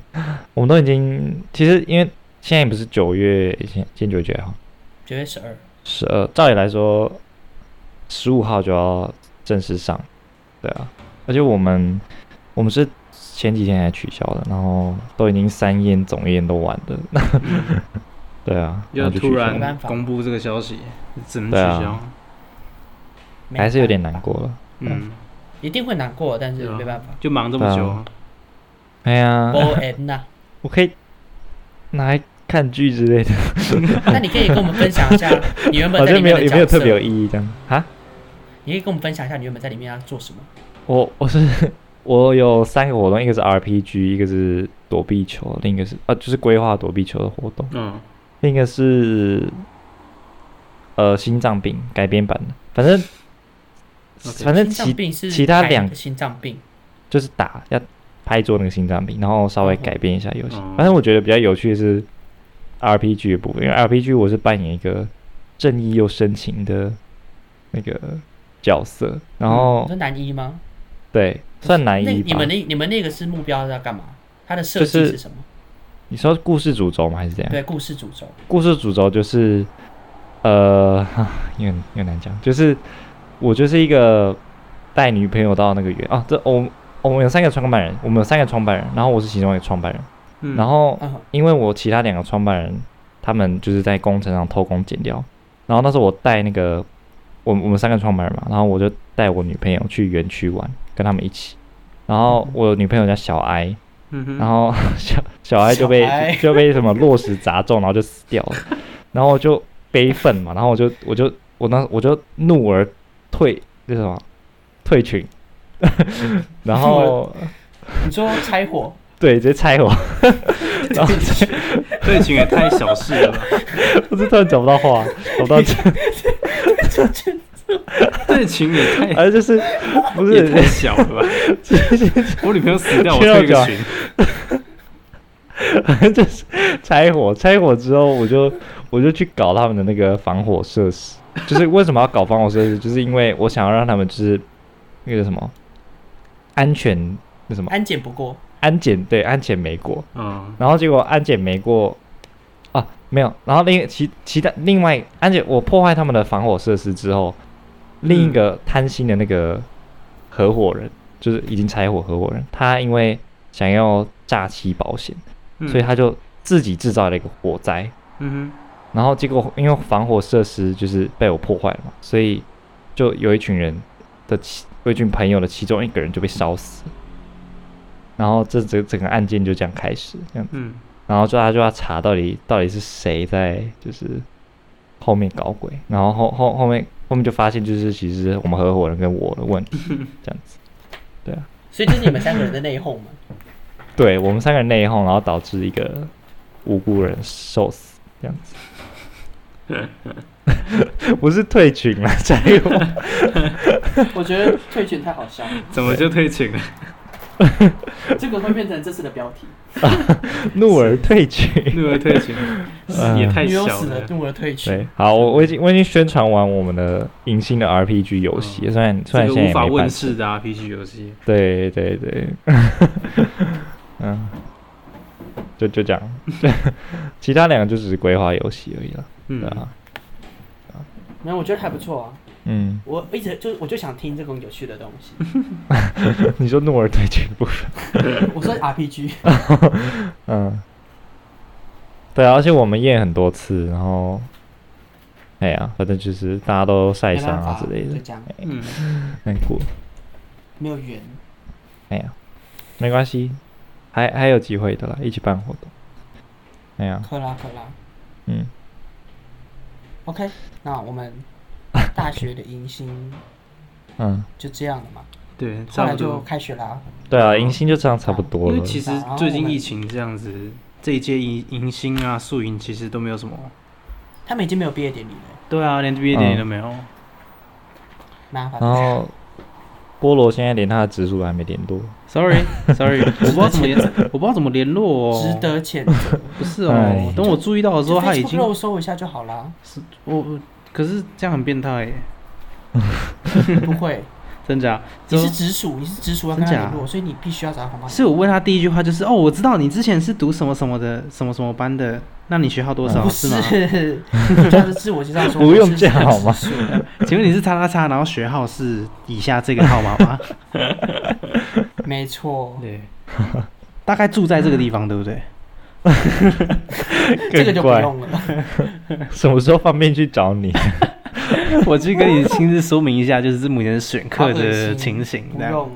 Speaker 1: 我们都已经其实因为现在不是九月，现现九月几号？
Speaker 2: 九月十二。
Speaker 1: 十二，照理来说十五号就要正式上，对啊，而且我们我们是前几天才取消的，然后都已经三宴总宴都完了， 对啊，然
Speaker 3: 要
Speaker 1: 后就取
Speaker 3: 嗯突
Speaker 1: 消了
Speaker 2: 没
Speaker 3: 然
Speaker 2: 办法
Speaker 3: 公布这个消息，只能取
Speaker 1: 对啊
Speaker 3: 消，
Speaker 2: 没
Speaker 1: 还是有点
Speaker 2: 办
Speaker 1: 难
Speaker 2: 法，
Speaker 1: 过了，
Speaker 3: 嗯，
Speaker 2: 一定会难过，但是
Speaker 3: 对啊
Speaker 2: 没办法。
Speaker 3: 就忙这么
Speaker 1: 对
Speaker 3: 久
Speaker 1: 啊，哎呀，
Speaker 2: O N 呐，
Speaker 1: 我可以拿来看剧之类的，
Speaker 2: 那你可以跟我们分享一下你原本
Speaker 1: 好
Speaker 2: 在里
Speaker 1: 像没
Speaker 2: 面
Speaker 1: 有
Speaker 2: 的
Speaker 1: 也
Speaker 2: 角色
Speaker 1: 没有特别有意义这样啊。
Speaker 2: 你可以跟我们分享一下你原本在里面要做什么。
Speaker 1: 我我是 我有三个活动，一个是 RPG，一个是躲避球，另一个是啊就是规划躲避球的活动，
Speaker 3: 嗯
Speaker 1: 另一个是呃心脏病改编版的，反正
Speaker 3: OK，
Speaker 1: 反正
Speaker 2: 心
Speaker 1: 其
Speaker 2: 脏病是
Speaker 1: 其他
Speaker 2: 改
Speaker 1: 两
Speaker 2: 心脏病，
Speaker 1: 就是打要拍做那个心脏病，然后稍微改变一下游戏
Speaker 2: 哦
Speaker 3: 嗯。
Speaker 1: 反正我觉得比较有趣的是 RPG 的部分，因为 RPG 我是扮演一个正义又深情的那个角色，然后
Speaker 2: 你说男一吗？
Speaker 1: 对算哦男
Speaker 2: 嗯那
Speaker 1: 一
Speaker 2: 你
Speaker 1: 吧
Speaker 2: 们。那你们那个是目标要干嘛？它的设计
Speaker 1: 就是
Speaker 2: 是什么？
Speaker 1: 你说故事主轴吗？还是怎样？
Speaker 2: 对，故事主轴。
Speaker 1: 故事主轴就是，呃， 哈有点有点难讲，就是我就是一个带女朋友到那个园啊，这我们我们有三个创办人，我们有三个创办人，然后我是其中一个创办人，
Speaker 3: 嗯，
Speaker 1: 然后
Speaker 2: 嗯，
Speaker 1: 因为我其他两个创办人他们就是在工程上偷工减料，然后那时候我带那个我我们三个创办人嘛，然后我就带我女朋友去园区玩，跟他们一起，然后我女朋友叫小哀，
Speaker 3: 嗯哼，
Speaker 1: 然后 小小孩就
Speaker 2: 小孩
Speaker 1: 被 就被什么落石砸中，然后就死掉 了，然后我就悲愤嘛，然后我就我就我那我就怒而退，那什么退群， 然后
Speaker 2: 你说拆火，
Speaker 1: 对直接拆我， 然后
Speaker 3: 对情也太小事了吧，
Speaker 1: 我就突然找不到话，找不到 字，
Speaker 3: 对情也太
Speaker 1: 而就是哎不
Speaker 3: 也
Speaker 1: 是
Speaker 3: 太小了吧！我女朋友死掉，我退一个群。
Speaker 1: 就是拆火，拆火之后我就我就去搞他们的那个防火设施，就是为什么要搞防火设施，就是因为我想要让他们就是那个叫什么安全那什么。
Speaker 2: 安检不过，
Speaker 1: 安检对安检没过，
Speaker 3: 嗯，
Speaker 1: 然后结果安检没过啊，没有。然后另其其他另外安检，我破坏他们的防火设施之后，另一个贪心的那个合伙人，就是已经拆伙合伙人，他因为想要诈欺保险，
Speaker 3: 嗯
Speaker 1: 所以，他就自己制造了一个火灾。
Speaker 3: 嗯
Speaker 1: 然后结果因为防火设施就是被我破坏了嘛，所以就有一群人的其有一群朋友的其中一个人就被烧死，然后这整整个案件就这样开始，这样
Speaker 3: 哼，嗯，
Speaker 1: 然后就他就要查到底到底是谁在就是后面搞鬼，然后后后后面后面就发现就是其实我们合伙人跟我的问题这样子，
Speaker 2: 所以就是你们三个人的内讧嘛。
Speaker 1: 对我们三个人内讧，然后导致一个无辜人受死这样子， 不是退群了，加油！
Speaker 2: 我觉得退群太好笑了，
Speaker 3: 怎么就退群了？
Speaker 2: 这个会变成这次的标题。
Speaker 1: 怒而退群，
Speaker 3: 怒 而退群，
Speaker 1: 嗯
Speaker 3: 也太
Speaker 2: 女友
Speaker 3: 小
Speaker 2: 死了，
Speaker 3: 了。
Speaker 2: 怒而退 群。
Speaker 1: 对，好，我我已经我已经宣传完我们的迎新的 RPG 游戏，虽然虽
Speaker 3: 嗯这
Speaker 1: 然
Speaker 3: 个
Speaker 1: 现在
Speaker 3: 无
Speaker 1: 也
Speaker 3: 法
Speaker 1: 没
Speaker 3: 问
Speaker 1: 办
Speaker 3: 世的啊 RPG 游戏，
Speaker 1: 对对对， 嗯，就就这样， 其他两个就只是规划游戏而已了，
Speaker 3: 嗯
Speaker 1: 对，啊，
Speaker 2: 没有，我觉得还不错啊。
Speaker 1: 嗯，
Speaker 2: 我一直就我就想听这种有趣的东西。
Speaker 1: 你说怒而退群部分，
Speaker 2: 我说 RPG，
Speaker 1: 嗯， 对啊，而且我们验很多次，然后，哎呀，反正就是大家都晒
Speaker 2: 没
Speaker 1: 伤
Speaker 2: 办
Speaker 1: 啊
Speaker 2: 法，
Speaker 1: 之类
Speaker 2: 就
Speaker 1: 的，
Speaker 2: 这样，
Speaker 3: 嗯，
Speaker 1: 难过，
Speaker 2: 没有缘。
Speaker 1: 哎呀，没关系，还还有机会的啦，一起办活动，哎呀，
Speaker 2: 克拉克拉
Speaker 1: 嗯，
Speaker 2: ，OK，那我 们大学的迎新
Speaker 1: 嗯，
Speaker 2: 就这样了嘛。
Speaker 3: 对，
Speaker 2: 后
Speaker 3: 差
Speaker 2: 来
Speaker 3: 不
Speaker 2: 就
Speaker 3: 多。
Speaker 2: 开学啦，
Speaker 1: 对啊，迎新就这样差不多
Speaker 3: 因为
Speaker 1: 了，
Speaker 3: 其实最近疫情这样子，这一届迎迎新啊、宿营其实都没有什么。
Speaker 2: 他们已经没有毕业典礼了，
Speaker 3: 对啊，连毕业典礼都没有。
Speaker 2: 麻烦。
Speaker 1: 然后菠萝现在连他的直属都还没联 络，
Speaker 3: Sorry，Sorry，我不知道怎么联，我不知道怎么联络哦。
Speaker 2: 值得 谴责。
Speaker 3: 不是
Speaker 1: 哎
Speaker 3: 哦，等我注意到的时候，
Speaker 2: 就
Speaker 3: 他已
Speaker 2: Facebook
Speaker 3: 经
Speaker 2: 肉搜一下就好啦，
Speaker 3: 我我可是这样很变态耶，欸
Speaker 2: 不 会。
Speaker 3: 真假？
Speaker 2: 你
Speaker 3: 就是
Speaker 2: 直属，你是直属要跟他
Speaker 3: 真假
Speaker 2: 联络，所以你必须要找他帮忙。
Speaker 3: 是我问他第一句话就是哦，我知道你之前是读什么什么的什么什么班的，那你学号多少
Speaker 2: 嗯不
Speaker 3: 是
Speaker 2: 是
Speaker 3: 吗？，
Speaker 2: 他的自我介绍说
Speaker 1: 不用
Speaker 2: 我是
Speaker 1: 这样好吗
Speaker 2: 直属
Speaker 3: 请问你是叉叉叉，然后学号是以下这个号码吗？
Speaker 2: 没错，
Speaker 3: 对，大概住在这个地方，对不 对？
Speaker 2: 这个就不
Speaker 1: 怪
Speaker 2: 用了。
Speaker 1: 什么时候方便去找 你？
Speaker 3: 我去跟你亲自说明一下，就是目前选课
Speaker 2: 好恶
Speaker 3: 的
Speaker 2: 心
Speaker 3: 情形，
Speaker 2: 不
Speaker 3: 这样。
Speaker 2: 用，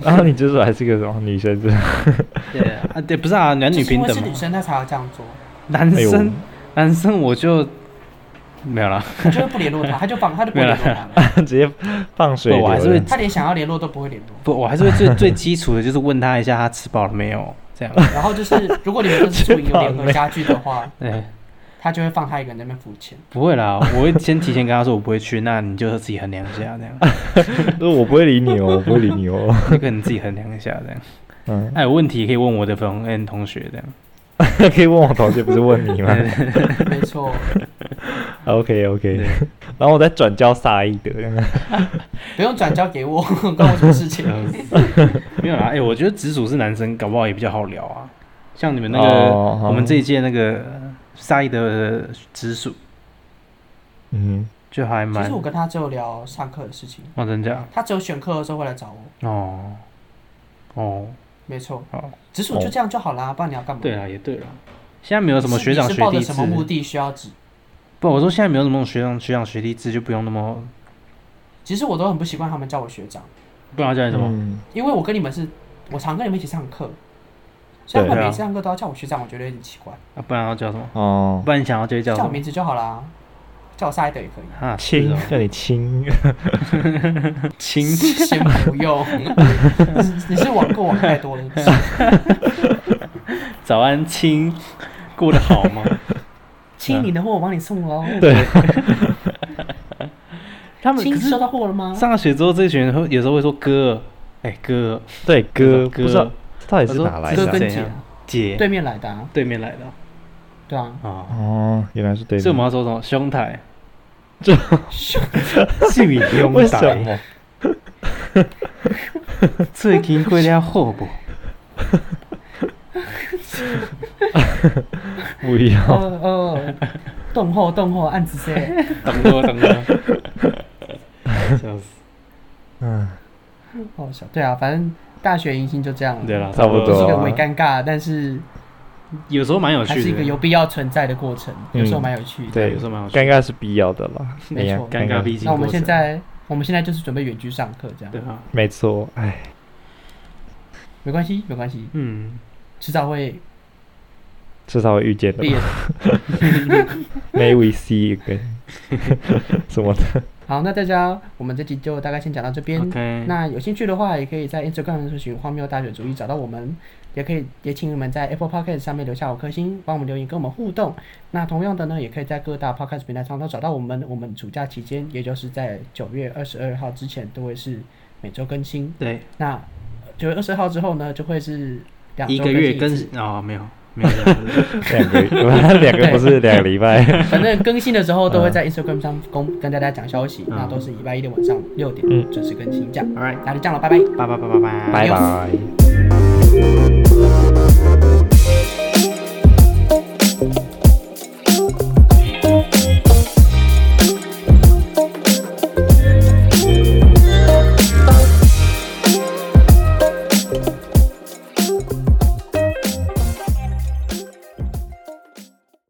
Speaker 1: 然后你这时候还是个什么女生 是吧？
Speaker 3: 对啊，对，不是啊，男女
Speaker 2: 就是因
Speaker 3: 平
Speaker 2: 为
Speaker 3: 等
Speaker 2: 是
Speaker 3: 嘛
Speaker 2: 女。生，她才要这样做。
Speaker 3: 男
Speaker 1: 哎呦，
Speaker 3: 生，男生我就没有啦，
Speaker 2: 他就会不联 络他，他就放，他就不会联络他了，
Speaker 1: 直接放水
Speaker 3: 不我还是
Speaker 1: 流
Speaker 3: 会
Speaker 1: 了。
Speaker 2: 他连想要联络都不会联络。
Speaker 3: 不，我还是会 最最基础的，就是问他一下他吃饱了没有，这样。
Speaker 2: 然后就是，如果你们都是住有联合家具的 话，
Speaker 3: 对，
Speaker 2: 他就会放他一个人在那边付钱。
Speaker 3: 不会啦，我会先提前跟他说我不会去，那你就自己衡量一下，这样，
Speaker 1: 就是我不会理你哦，我不会理你哦。
Speaker 3: 就跟你自己衡量一下，这样。
Speaker 1: 嗯，
Speaker 3: 哎，有问题也可以问我的冯恩同学，这样。
Speaker 1: 可以问我同学，不是问你吗
Speaker 3: 哎
Speaker 2: 没错，
Speaker 1: ？OK OK，
Speaker 3: 对
Speaker 1: 然后我再转交萨义 德。
Speaker 2: 不用转交给我， 关我什么事 情？
Speaker 3: 嗯没有啦，哎、我觉得直属是男生，搞不好也比较好聊啊。像你们那个，
Speaker 1: 哦好
Speaker 3: 我们这一届那个沙伊德的直属，
Speaker 1: 嗯，
Speaker 3: 就还
Speaker 2: 其
Speaker 3: 蛮
Speaker 2: 实我跟他只有聊上课的事情，
Speaker 3: 哦，真假？
Speaker 2: 他只有选课的时候会来找我。
Speaker 3: 哦哦，
Speaker 2: 没错
Speaker 3: 好，
Speaker 2: 直属就这样就好啦，不然你要干嘛？
Speaker 3: 哦对，啊，也对了。现在没有什么学长
Speaker 2: 是
Speaker 3: 学
Speaker 2: 抱
Speaker 3: 弟
Speaker 2: 着
Speaker 3: 制
Speaker 2: 什，么目的需要指？
Speaker 3: 不，我说现在没有什么学长学长学弟制，就不用那么，
Speaker 2: 其实我都很不习惯他们叫我学长，
Speaker 3: 不然要叫你什么？
Speaker 1: 嗯？
Speaker 2: 因为我跟你们是，我常跟你们一起上课，所以他
Speaker 3: 对
Speaker 2: 们
Speaker 3: 啊
Speaker 2: 每次上课都要叫我学长，我觉得有点奇怪。
Speaker 3: 啊，不然要叫什么？
Speaker 1: 哦，
Speaker 3: 不然你想要就会叫
Speaker 2: 叫
Speaker 3: 什
Speaker 2: 我
Speaker 3: 么？
Speaker 2: 名字就好啦，叫我沙一德也可以。
Speaker 3: 啊，是
Speaker 1: 亲
Speaker 3: 哦，
Speaker 1: 叫你 亲，
Speaker 3: 亲，
Speaker 2: 先不用， 你是网购网太多了。是不
Speaker 3: 嗯
Speaker 2: 是
Speaker 3: 早安亲，过得好 吗？
Speaker 2: 亲你的货我帮你送喽。
Speaker 3: 他们可
Speaker 2: 亲
Speaker 3: 是
Speaker 2: 收到货了吗？
Speaker 3: 上了学之后，这群人会有时候会说哥，哎、哥
Speaker 1: 对哥，不
Speaker 3: 哥
Speaker 1: 知道到底是哪来
Speaker 2: 哥
Speaker 3: 我说这
Speaker 1: 的啊。
Speaker 3: 个
Speaker 2: 跟
Speaker 3: 怎
Speaker 2: 姐
Speaker 3: 样
Speaker 2: 啊，
Speaker 3: 姐
Speaker 2: 对面来的啊，
Speaker 3: 对面来的啊
Speaker 2: 对啊，
Speaker 3: 啊。
Speaker 1: 哦，原来是对
Speaker 3: 所以我
Speaker 1: 面。
Speaker 3: 们要说什么兄台？
Speaker 1: 这
Speaker 3: 是与兄
Speaker 1: 为什
Speaker 3: 台？
Speaker 1: 么？
Speaker 3: 最近过了好不？
Speaker 1: 不一样。
Speaker 2: 哦哦，动后动后暗子 些，
Speaker 3: 等我，等我。笑死。
Speaker 1: 嗯，
Speaker 2: 好笑。对啊，反正大学迎新就这样了，
Speaker 3: 对啦，
Speaker 1: 差不多
Speaker 2: 是
Speaker 1: 对
Speaker 2: 一个
Speaker 1: 啊
Speaker 2: 伪尴尬，但是
Speaker 3: 有时候蛮有
Speaker 2: 还
Speaker 3: 趣的，
Speaker 2: 是一个有必要存在的过程，
Speaker 1: 嗯
Speaker 2: 有时候蛮有趣的。
Speaker 1: 对
Speaker 3: 有时，候蛮有趣的。
Speaker 1: 尴尬是必要的啦。
Speaker 2: 没错
Speaker 1: 哎呀
Speaker 3: 尴尬毕竟。
Speaker 2: 那我们现在，我们现在就是准备远距上课这样
Speaker 3: 对，啊，
Speaker 1: 没错，哎，
Speaker 2: 没关系，没关系，
Speaker 3: 嗯，
Speaker 2: 迟早会
Speaker 1: 至少会遇见 的
Speaker 2: 毕。业。
Speaker 1: May we see again？什么的？
Speaker 2: 好，那大家，我们这集就大概先讲到这边。
Speaker 3: OK，
Speaker 2: 那有兴趣的话，也可以在 Instagram 搜寻“荒谬大学主义”找到我们，也可以也请你们在 Apple Podcast 上面留下五颗星，帮我们留言跟我们互动。那同样的呢，也可以在各大 Podcast 平台上都找到我们。我们暑假期间，也就是在九月二十二号之前，都会是每周更新。
Speaker 3: 对，
Speaker 2: 那九月二十号之后呢，就会是两周
Speaker 3: 一个月
Speaker 2: 一
Speaker 3: 更
Speaker 2: 次
Speaker 3: 哦，没有，没有这样子，
Speaker 1: 两个月， 两个不是两个礼拜。
Speaker 2: 反正更新的时候都会在 Instagram 上公跟大家讲消息，那都是礼拜一的晚上六点
Speaker 1: 嗯
Speaker 2: 准时更新这样。
Speaker 3: All right，
Speaker 2: 那就这样了，拜拜。
Speaker 3: 拜拜拜拜拜。
Speaker 1: 拜拜。